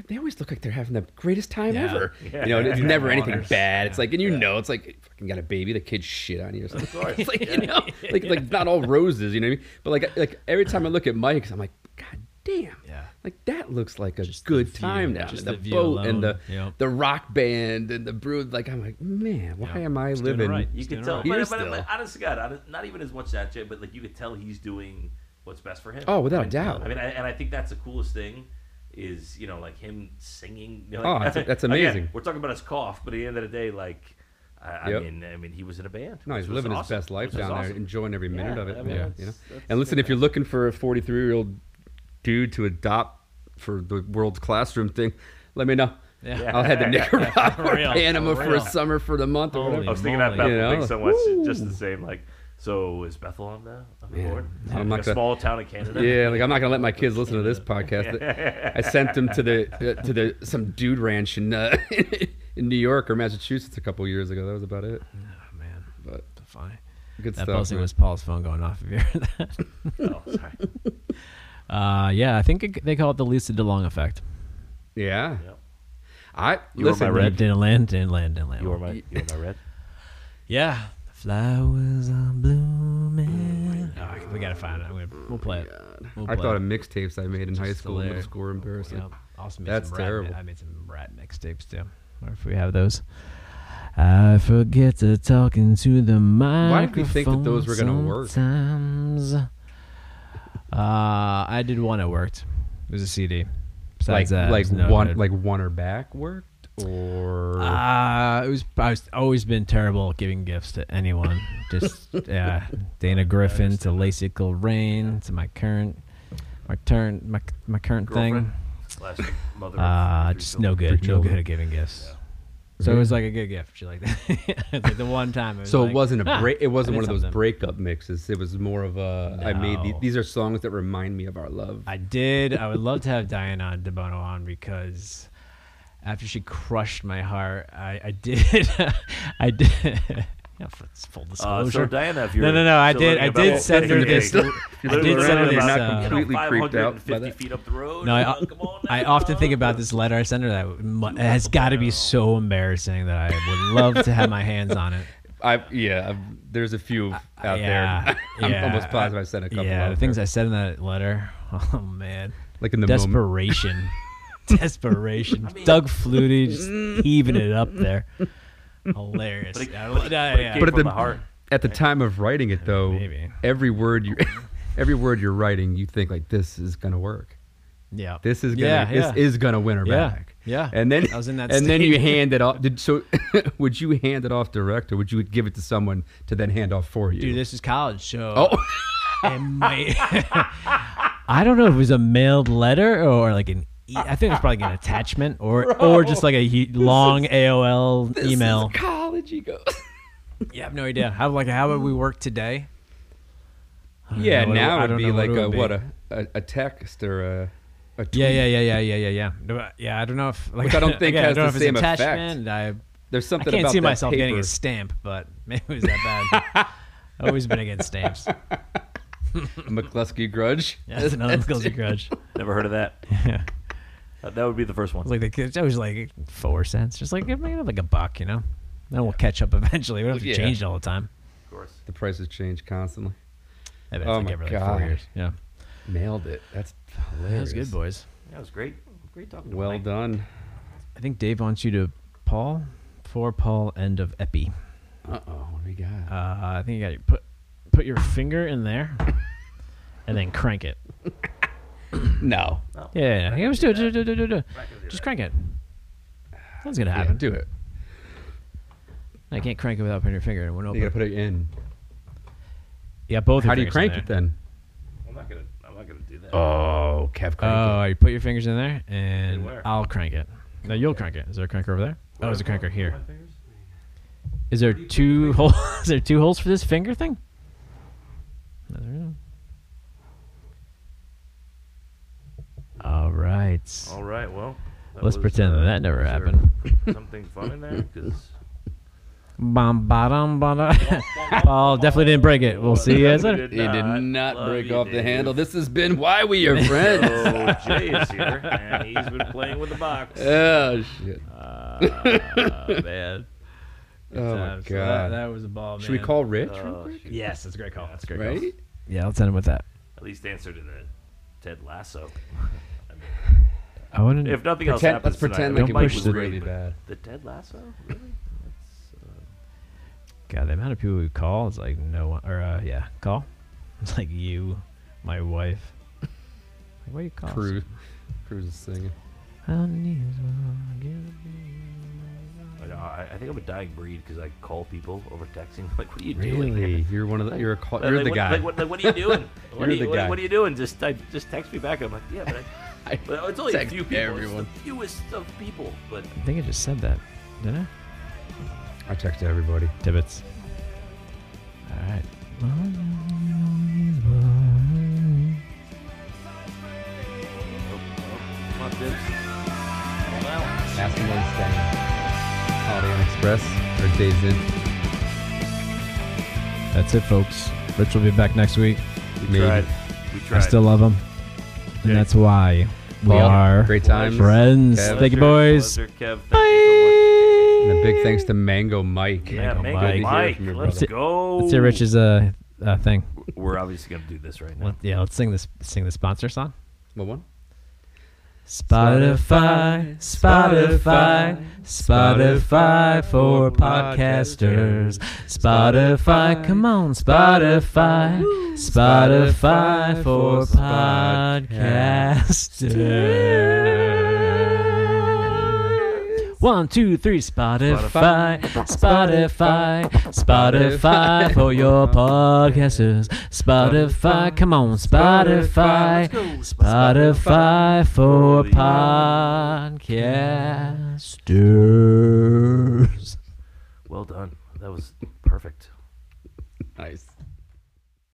Speaker 3: they always look like they're having the greatest time
Speaker 1: Yeah.
Speaker 3: ever.
Speaker 2: Yeah.
Speaker 3: You know, and it's
Speaker 2: Yeah.
Speaker 3: never anything bad. It's like and you know, it's like fucking got a baby, the kid shit on you or something. it's like you know, like like not all roses. You know what I mean? But like like every time I look at Mike's, I'm like, God damn.
Speaker 1: Yeah.
Speaker 3: Like that looks like a
Speaker 1: Just the
Speaker 3: good
Speaker 1: view,
Speaker 3: time now.
Speaker 1: just
Speaker 3: the,
Speaker 1: the view
Speaker 3: boat and the
Speaker 1: alone. Yep.
Speaker 3: the rock band and the brew. Like I'm like, man, why
Speaker 1: Yep.
Speaker 3: am I
Speaker 1: Just doing it
Speaker 3: living?
Speaker 1: right.
Speaker 2: You
Speaker 1: He's
Speaker 2: could
Speaker 1: doing
Speaker 2: tell,
Speaker 1: all
Speaker 3: right.
Speaker 2: but, but,
Speaker 3: Years
Speaker 2: but
Speaker 3: still.
Speaker 2: honest to God, hon- not even as much that shit, but like you could tell he's doing what's best for him.
Speaker 3: Oh, without
Speaker 2: I
Speaker 3: a
Speaker 2: mean,
Speaker 3: doubt.
Speaker 2: I mean, I, and I think that's the coolest thing is you know like him singing. you know,
Speaker 3: Oh,
Speaker 2: like-
Speaker 3: that's- that's
Speaker 2: again,
Speaker 3: amazing.
Speaker 2: we're talking about his cough, but at the end of the day, like I,
Speaker 3: Yep.
Speaker 2: I mean, I mean, he was in a band.
Speaker 3: No, he's
Speaker 2: which was
Speaker 3: living his
Speaker 2: awesome,
Speaker 3: best life
Speaker 2: which was
Speaker 3: down there,
Speaker 2: awesome.
Speaker 3: enjoying every minute
Speaker 2: Yeah,
Speaker 3: of it.
Speaker 2: I mean,
Speaker 3: yeah,
Speaker 2: that's-
Speaker 3: you know.
Speaker 2: that's
Speaker 3: And listen, if you're looking for a 43 year old dude to adopt for the world's classroom thing, let me know.
Speaker 1: Yeah.
Speaker 3: I'll head to Nicaragua,
Speaker 1: For
Speaker 3: or
Speaker 1: real,
Speaker 3: Panama
Speaker 1: for
Speaker 3: for,
Speaker 1: real.
Speaker 3: a summer for the month or
Speaker 1: Holy
Speaker 2: I
Speaker 3: whatever.
Speaker 2: was thinking that Bethel
Speaker 1: Molly.
Speaker 3: You know,
Speaker 2: thing so
Speaker 3: like,
Speaker 2: much, just the same. Like, so is Bethel on the, on the board?
Speaker 3: I'm
Speaker 2: Like
Speaker 3: not
Speaker 2: a
Speaker 3: gonna-
Speaker 2: small town in Canada.
Speaker 3: Yeah, like I'm not gonna let my kids listen to this podcast. I sent them to the uh, to the some dude ranch in uh, in New York or Massachusetts a couple years ago. That was about it.
Speaker 1: Oh, man.
Speaker 3: But
Speaker 1: That's funny.
Speaker 3: good
Speaker 1: That
Speaker 3: stuff.
Speaker 1: posting
Speaker 3: man.
Speaker 1: was Paul's phone going off. If you heard that.
Speaker 2: Oh, sorry.
Speaker 1: Uh, yeah, I think it, they call it the Lisa DeLong effect.
Speaker 3: yeah.
Speaker 2: Yep.
Speaker 3: I
Speaker 2: You were
Speaker 3: listen.
Speaker 2: my
Speaker 1: Red didn't land, didn't land, didn't land.
Speaker 2: You are my, you are my red.
Speaker 1: Yeah. Flowers are blooming. Oh, we gotta find it. I'm gonna, we'll play it. We'll
Speaker 3: Oh I
Speaker 1: play
Speaker 3: thought
Speaker 1: it.
Speaker 3: of mixtapes I made in high
Speaker 1: Just
Speaker 3: school. Middle
Speaker 1: hilarious.
Speaker 3: school were embarrassing.
Speaker 1: Yep. Also, made
Speaker 3: That's
Speaker 1: some rat mi-
Speaker 3: terrible.
Speaker 1: I made some rat mixtapes too, or if we have those. I forget to talk into the microphone.
Speaker 3: Why did we think that those were gonna work?
Speaker 1: Sometimes. Uh, I did one that worked. It was a CD.
Speaker 3: like
Speaker 1: Besides that, it
Speaker 3: like
Speaker 1: was no
Speaker 3: one
Speaker 1: good.
Speaker 3: like one or back worked or
Speaker 1: Uh, it was. I was always been terrible at giving gifts to anyone. Just yeah, Dana Griffin to Lacey Rain to my current, my turn, my my current
Speaker 2: Girlfriend
Speaker 1: thing.
Speaker 2: slash mother. of
Speaker 1: Uh,
Speaker 2: three
Speaker 1: just
Speaker 2: children.
Speaker 1: no good,
Speaker 3: Three
Speaker 1: no
Speaker 3: children.
Speaker 1: good at giving gifts. So it was like a good gift. She liked that. it's like the one time. It was
Speaker 3: so
Speaker 1: like,
Speaker 3: it wasn't
Speaker 1: "Ah,
Speaker 3: a break it
Speaker 1: I did
Speaker 3: wasn't one of those
Speaker 1: something."
Speaker 3: breakup mixes it was more of a I made the,
Speaker 1: No.
Speaker 3: these are songs that remind me of our love
Speaker 1: I did. I would love to have Diana DeBono on because after she crushed my heart, I, I did. I did. Yeah, for- full
Speaker 2: Uh,
Speaker 1: disclosure.
Speaker 2: so Diana, if you're
Speaker 1: no, no, no. I
Speaker 2: still
Speaker 1: did.
Speaker 2: learning
Speaker 1: I
Speaker 2: about
Speaker 1: did
Speaker 2: what
Speaker 1: send her
Speaker 2: dating
Speaker 1: this.
Speaker 2: is,
Speaker 1: I did send her
Speaker 2: learning
Speaker 1: this.
Speaker 2: about,
Speaker 1: uh,
Speaker 2: you know,
Speaker 3: completely creeped out by
Speaker 2: 550
Speaker 3: that.
Speaker 2: feet up the road.
Speaker 1: No, I,
Speaker 2: Uh, come on
Speaker 1: I
Speaker 2: now.
Speaker 1: often think about this letter I sent her that mu- it has got to be so embarrassing that I would love to have my hands on it.
Speaker 3: I yeah I've, there's a few out
Speaker 1: yeah,
Speaker 3: there I'm
Speaker 1: yeah.
Speaker 3: almost positive I sent a couple
Speaker 1: Yeah,
Speaker 3: out
Speaker 1: the things
Speaker 3: there.
Speaker 1: I said in that letter. Oh man,
Speaker 3: like in the moment
Speaker 1: desperation, desperation. Doug Flutie just heaving it up there. Hilarious.
Speaker 2: But it-
Speaker 1: I
Speaker 2: but
Speaker 1: lo- yeah,
Speaker 2: it- but it
Speaker 1: yeah.
Speaker 2: came
Speaker 3: but at
Speaker 2: from
Speaker 3: the,
Speaker 2: the heart.
Speaker 3: at the time of writing it though
Speaker 1: Maybe.
Speaker 3: every word you every word you're writing you think like this is gonna work
Speaker 1: yeah,
Speaker 3: this is gonna
Speaker 1: yeah,
Speaker 3: this
Speaker 1: yeah.
Speaker 3: is gonna win her
Speaker 1: Yeah,
Speaker 3: back.
Speaker 1: yeah.
Speaker 3: And then
Speaker 1: I was in that
Speaker 3: and then you
Speaker 1: state.
Speaker 3: hand it off. Did, so would you hand it off direct, or would you give it to someone to then hand off for you?
Speaker 1: Dude, this is college, so
Speaker 3: oh,
Speaker 1: it might- I don't know if it was a mailed letter or like an. E- I think it was probably an attachment or or just like a hu- long AOL
Speaker 3: this
Speaker 1: email.
Speaker 3: is college ego.
Speaker 1: Yeah, I have no idea. How like how would we work today?
Speaker 3: yeah,
Speaker 1: know what it- I
Speaker 3: now
Speaker 1: don't
Speaker 3: it'd be
Speaker 1: know what
Speaker 3: like
Speaker 1: it
Speaker 3: a,
Speaker 1: would be.
Speaker 3: what a, a a text or a, a tweet.
Speaker 1: Yeah, yeah, yeah, yeah, yeah, yeah, yeah. No, uh, Yeah, I don't know if like
Speaker 3: Which I don't think
Speaker 1: again,
Speaker 3: has
Speaker 1: I don't
Speaker 3: the
Speaker 1: know if
Speaker 3: same
Speaker 1: it's
Speaker 3: effect.
Speaker 1: attachment. I
Speaker 3: There's something
Speaker 1: I can't
Speaker 3: about
Speaker 1: see
Speaker 3: that
Speaker 1: myself getting
Speaker 3: paper.
Speaker 1: a stamp, but maybe it was that bad. I've always been against stamps.
Speaker 3: McCluskey grudge.
Speaker 1: Yeah, that's another guilty grudge.
Speaker 2: Never heard of that. Uh,
Speaker 1: Yeah.
Speaker 2: That that would be the first one.
Speaker 1: It's like the kids, it was like four cents, just like maybe like a buck, you know. Then we'll catch up eventually. We don't have to
Speaker 3: Yeah.
Speaker 1: change it all the time.
Speaker 2: Of course.
Speaker 3: The prices change constantly.
Speaker 1: I bet
Speaker 3: Oh
Speaker 1: it's like
Speaker 3: my
Speaker 1: every like four
Speaker 3: gosh.
Speaker 1: years. Yeah,
Speaker 3: Nailed it. That's hilarious.
Speaker 1: that was good, boys.
Speaker 2: That was great. Great talking. to
Speaker 3: Well
Speaker 2: Mike.
Speaker 3: done.
Speaker 1: I think Dave wants you to Paul for Paul end of epi.
Speaker 3: Uh oh, what do we got?
Speaker 1: Uh, I think you got to put put your finger in there, and then crank it.
Speaker 3: no.
Speaker 2: Oh,
Speaker 1: Yeah, yeah, yeah. yeah. Just do it. Do, do, do, do, do.
Speaker 2: I can do
Speaker 1: Just
Speaker 2: that.
Speaker 1: crank it. That's gonna
Speaker 3: Yeah,
Speaker 1: happen.
Speaker 3: do it.
Speaker 1: I can't crank it without putting your finger in. It won't
Speaker 3: You gotta
Speaker 1: open.
Speaker 3: put it in.
Speaker 1: Yeah, both.
Speaker 3: How
Speaker 1: your
Speaker 3: do you
Speaker 1: fingers in
Speaker 3: crank it
Speaker 1: there.
Speaker 3: then?
Speaker 2: I'm not gonna. I'm not gonna do that.
Speaker 3: Oh, Kev crank
Speaker 1: Oh, you put your fingers in there, and
Speaker 2: where?
Speaker 1: I'll crank it. No, you'll crank it. Is there a cranker over there? Oh, there's a cranker here.
Speaker 2: My fingers?
Speaker 1: Is there two holes? Is there two holes for this finger thing? No, there isn't. All right.
Speaker 2: All right. Well. that
Speaker 1: Let's
Speaker 2: was,
Speaker 1: pretend
Speaker 2: uh,
Speaker 1: that that never
Speaker 2: was there
Speaker 1: happened.
Speaker 2: Something fun in there because.
Speaker 1: Bom, ba-dum, ba-dum. Paul definitely didn't break it. We'll see you guys later.
Speaker 3: He did not
Speaker 2: Love
Speaker 3: break
Speaker 2: you,
Speaker 3: off the
Speaker 2: Dave.
Speaker 3: handle. This has been Why We Are Friends.
Speaker 2: So Jay is here, and he's been playing with the box.
Speaker 3: oh, shit.
Speaker 2: Uh,
Speaker 1: Oh, man.
Speaker 3: Oh, my
Speaker 1: Uh,
Speaker 3: God.
Speaker 1: so that, that was a ball, man.
Speaker 3: Should we call Rich?
Speaker 2: Oh, shoot.
Speaker 1: Yes, that's a great call. That's a great call.
Speaker 3: right?
Speaker 1: Yeah, let's end it with that.
Speaker 2: At least answer to the Ted Lasso.
Speaker 1: I want to.
Speaker 2: If nothing else
Speaker 3: Pretend-
Speaker 2: happens
Speaker 3: let's pretend
Speaker 2: tonight,
Speaker 1: like it
Speaker 2: Mike
Speaker 1: was
Speaker 2: was
Speaker 1: the-
Speaker 2: great,
Speaker 3: really
Speaker 2: but
Speaker 3: bad.
Speaker 2: The Ted Lasso? Really?
Speaker 1: God, the amount of people we call is like no one. Or uh, yeah, call. It's like you, my wife. Like, what do you call? us?
Speaker 3: Cruz. Cruz is singing.
Speaker 1: I need one, give me-
Speaker 2: I, know, I, I think I'm a dying breed because I call people over texting. Like, what are you doing? here?
Speaker 3: Really? You're one of the. You're a call,
Speaker 2: Like,
Speaker 3: You're
Speaker 2: like,
Speaker 3: the
Speaker 2: what,
Speaker 3: guy.
Speaker 2: Like, what, like, what are you doing? What,
Speaker 3: You're
Speaker 2: are you,
Speaker 3: the
Speaker 2: what-
Speaker 3: guy.
Speaker 2: What, are you doing? Just, I, just text me back. I'm like, yeah, but, I,
Speaker 3: I-
Speaker 2: but it's only a
Speaker 3: Text
Speaker 2: few people.
Speaker 3: everyone.
Speaker 2: It's the fewest of people. But
Speaker 1: I think I just said that, didn't I?
Speaker 3: I text everybody.
Speaker 1: Tibbets. All right.
Speaker 2: come on, Dibs. Well,
Speaker 3: Ask them where staying. Holiday Inn Express or Days In.
Speaker 1: That's it, folks. Rich will be back next week.
Speaker 2: We
Speaker 3: Maybe.
Speaker 2: tried. We tried.
Speaker 1: I still love him, and
Speaker 2: Yeah.
Speaker 1: that's why we
Speaker 3: Paul,
Speaker 1: are
Speaker 3: Great times.
Speaker 1: friends.
Speaker 3: Kev.
Speaker 1: Thank you, boys.
Speaker 2: Pleasure, Kev. Thank
Speaker 3: And a big thanks to Mango Mike.
Speaker 2: you so much. Yeah,
Speaker 1: Mango
Speaker 2: Mango
Speaker 1: Mike.
Speaker 2: Mike.
Speaker 3: Good to hear from your
Speaker 2: let's
Speaker 3: brother.
Speaker 2: go.
Speaker 1: Let's hear Rich's uh, uh thing.
Speaker 2: We're obviously gonna do this right now.
Speaker 1: Let, yeah, let's sing this. Sing the sponsor song.
Speaker 3: What one?
Speaker 1: Spotify, Spotify, Spotify for podcasters. Spotify, come on, Spotify, Spotify for podcasters. One, two, three, Spotify, Spotify, Spotify for your podcasters. Spotify, come on, Spotify, Spotify for podcasters.
Speaker 2: Well done. That was perfect.
Speaker 3: Nice.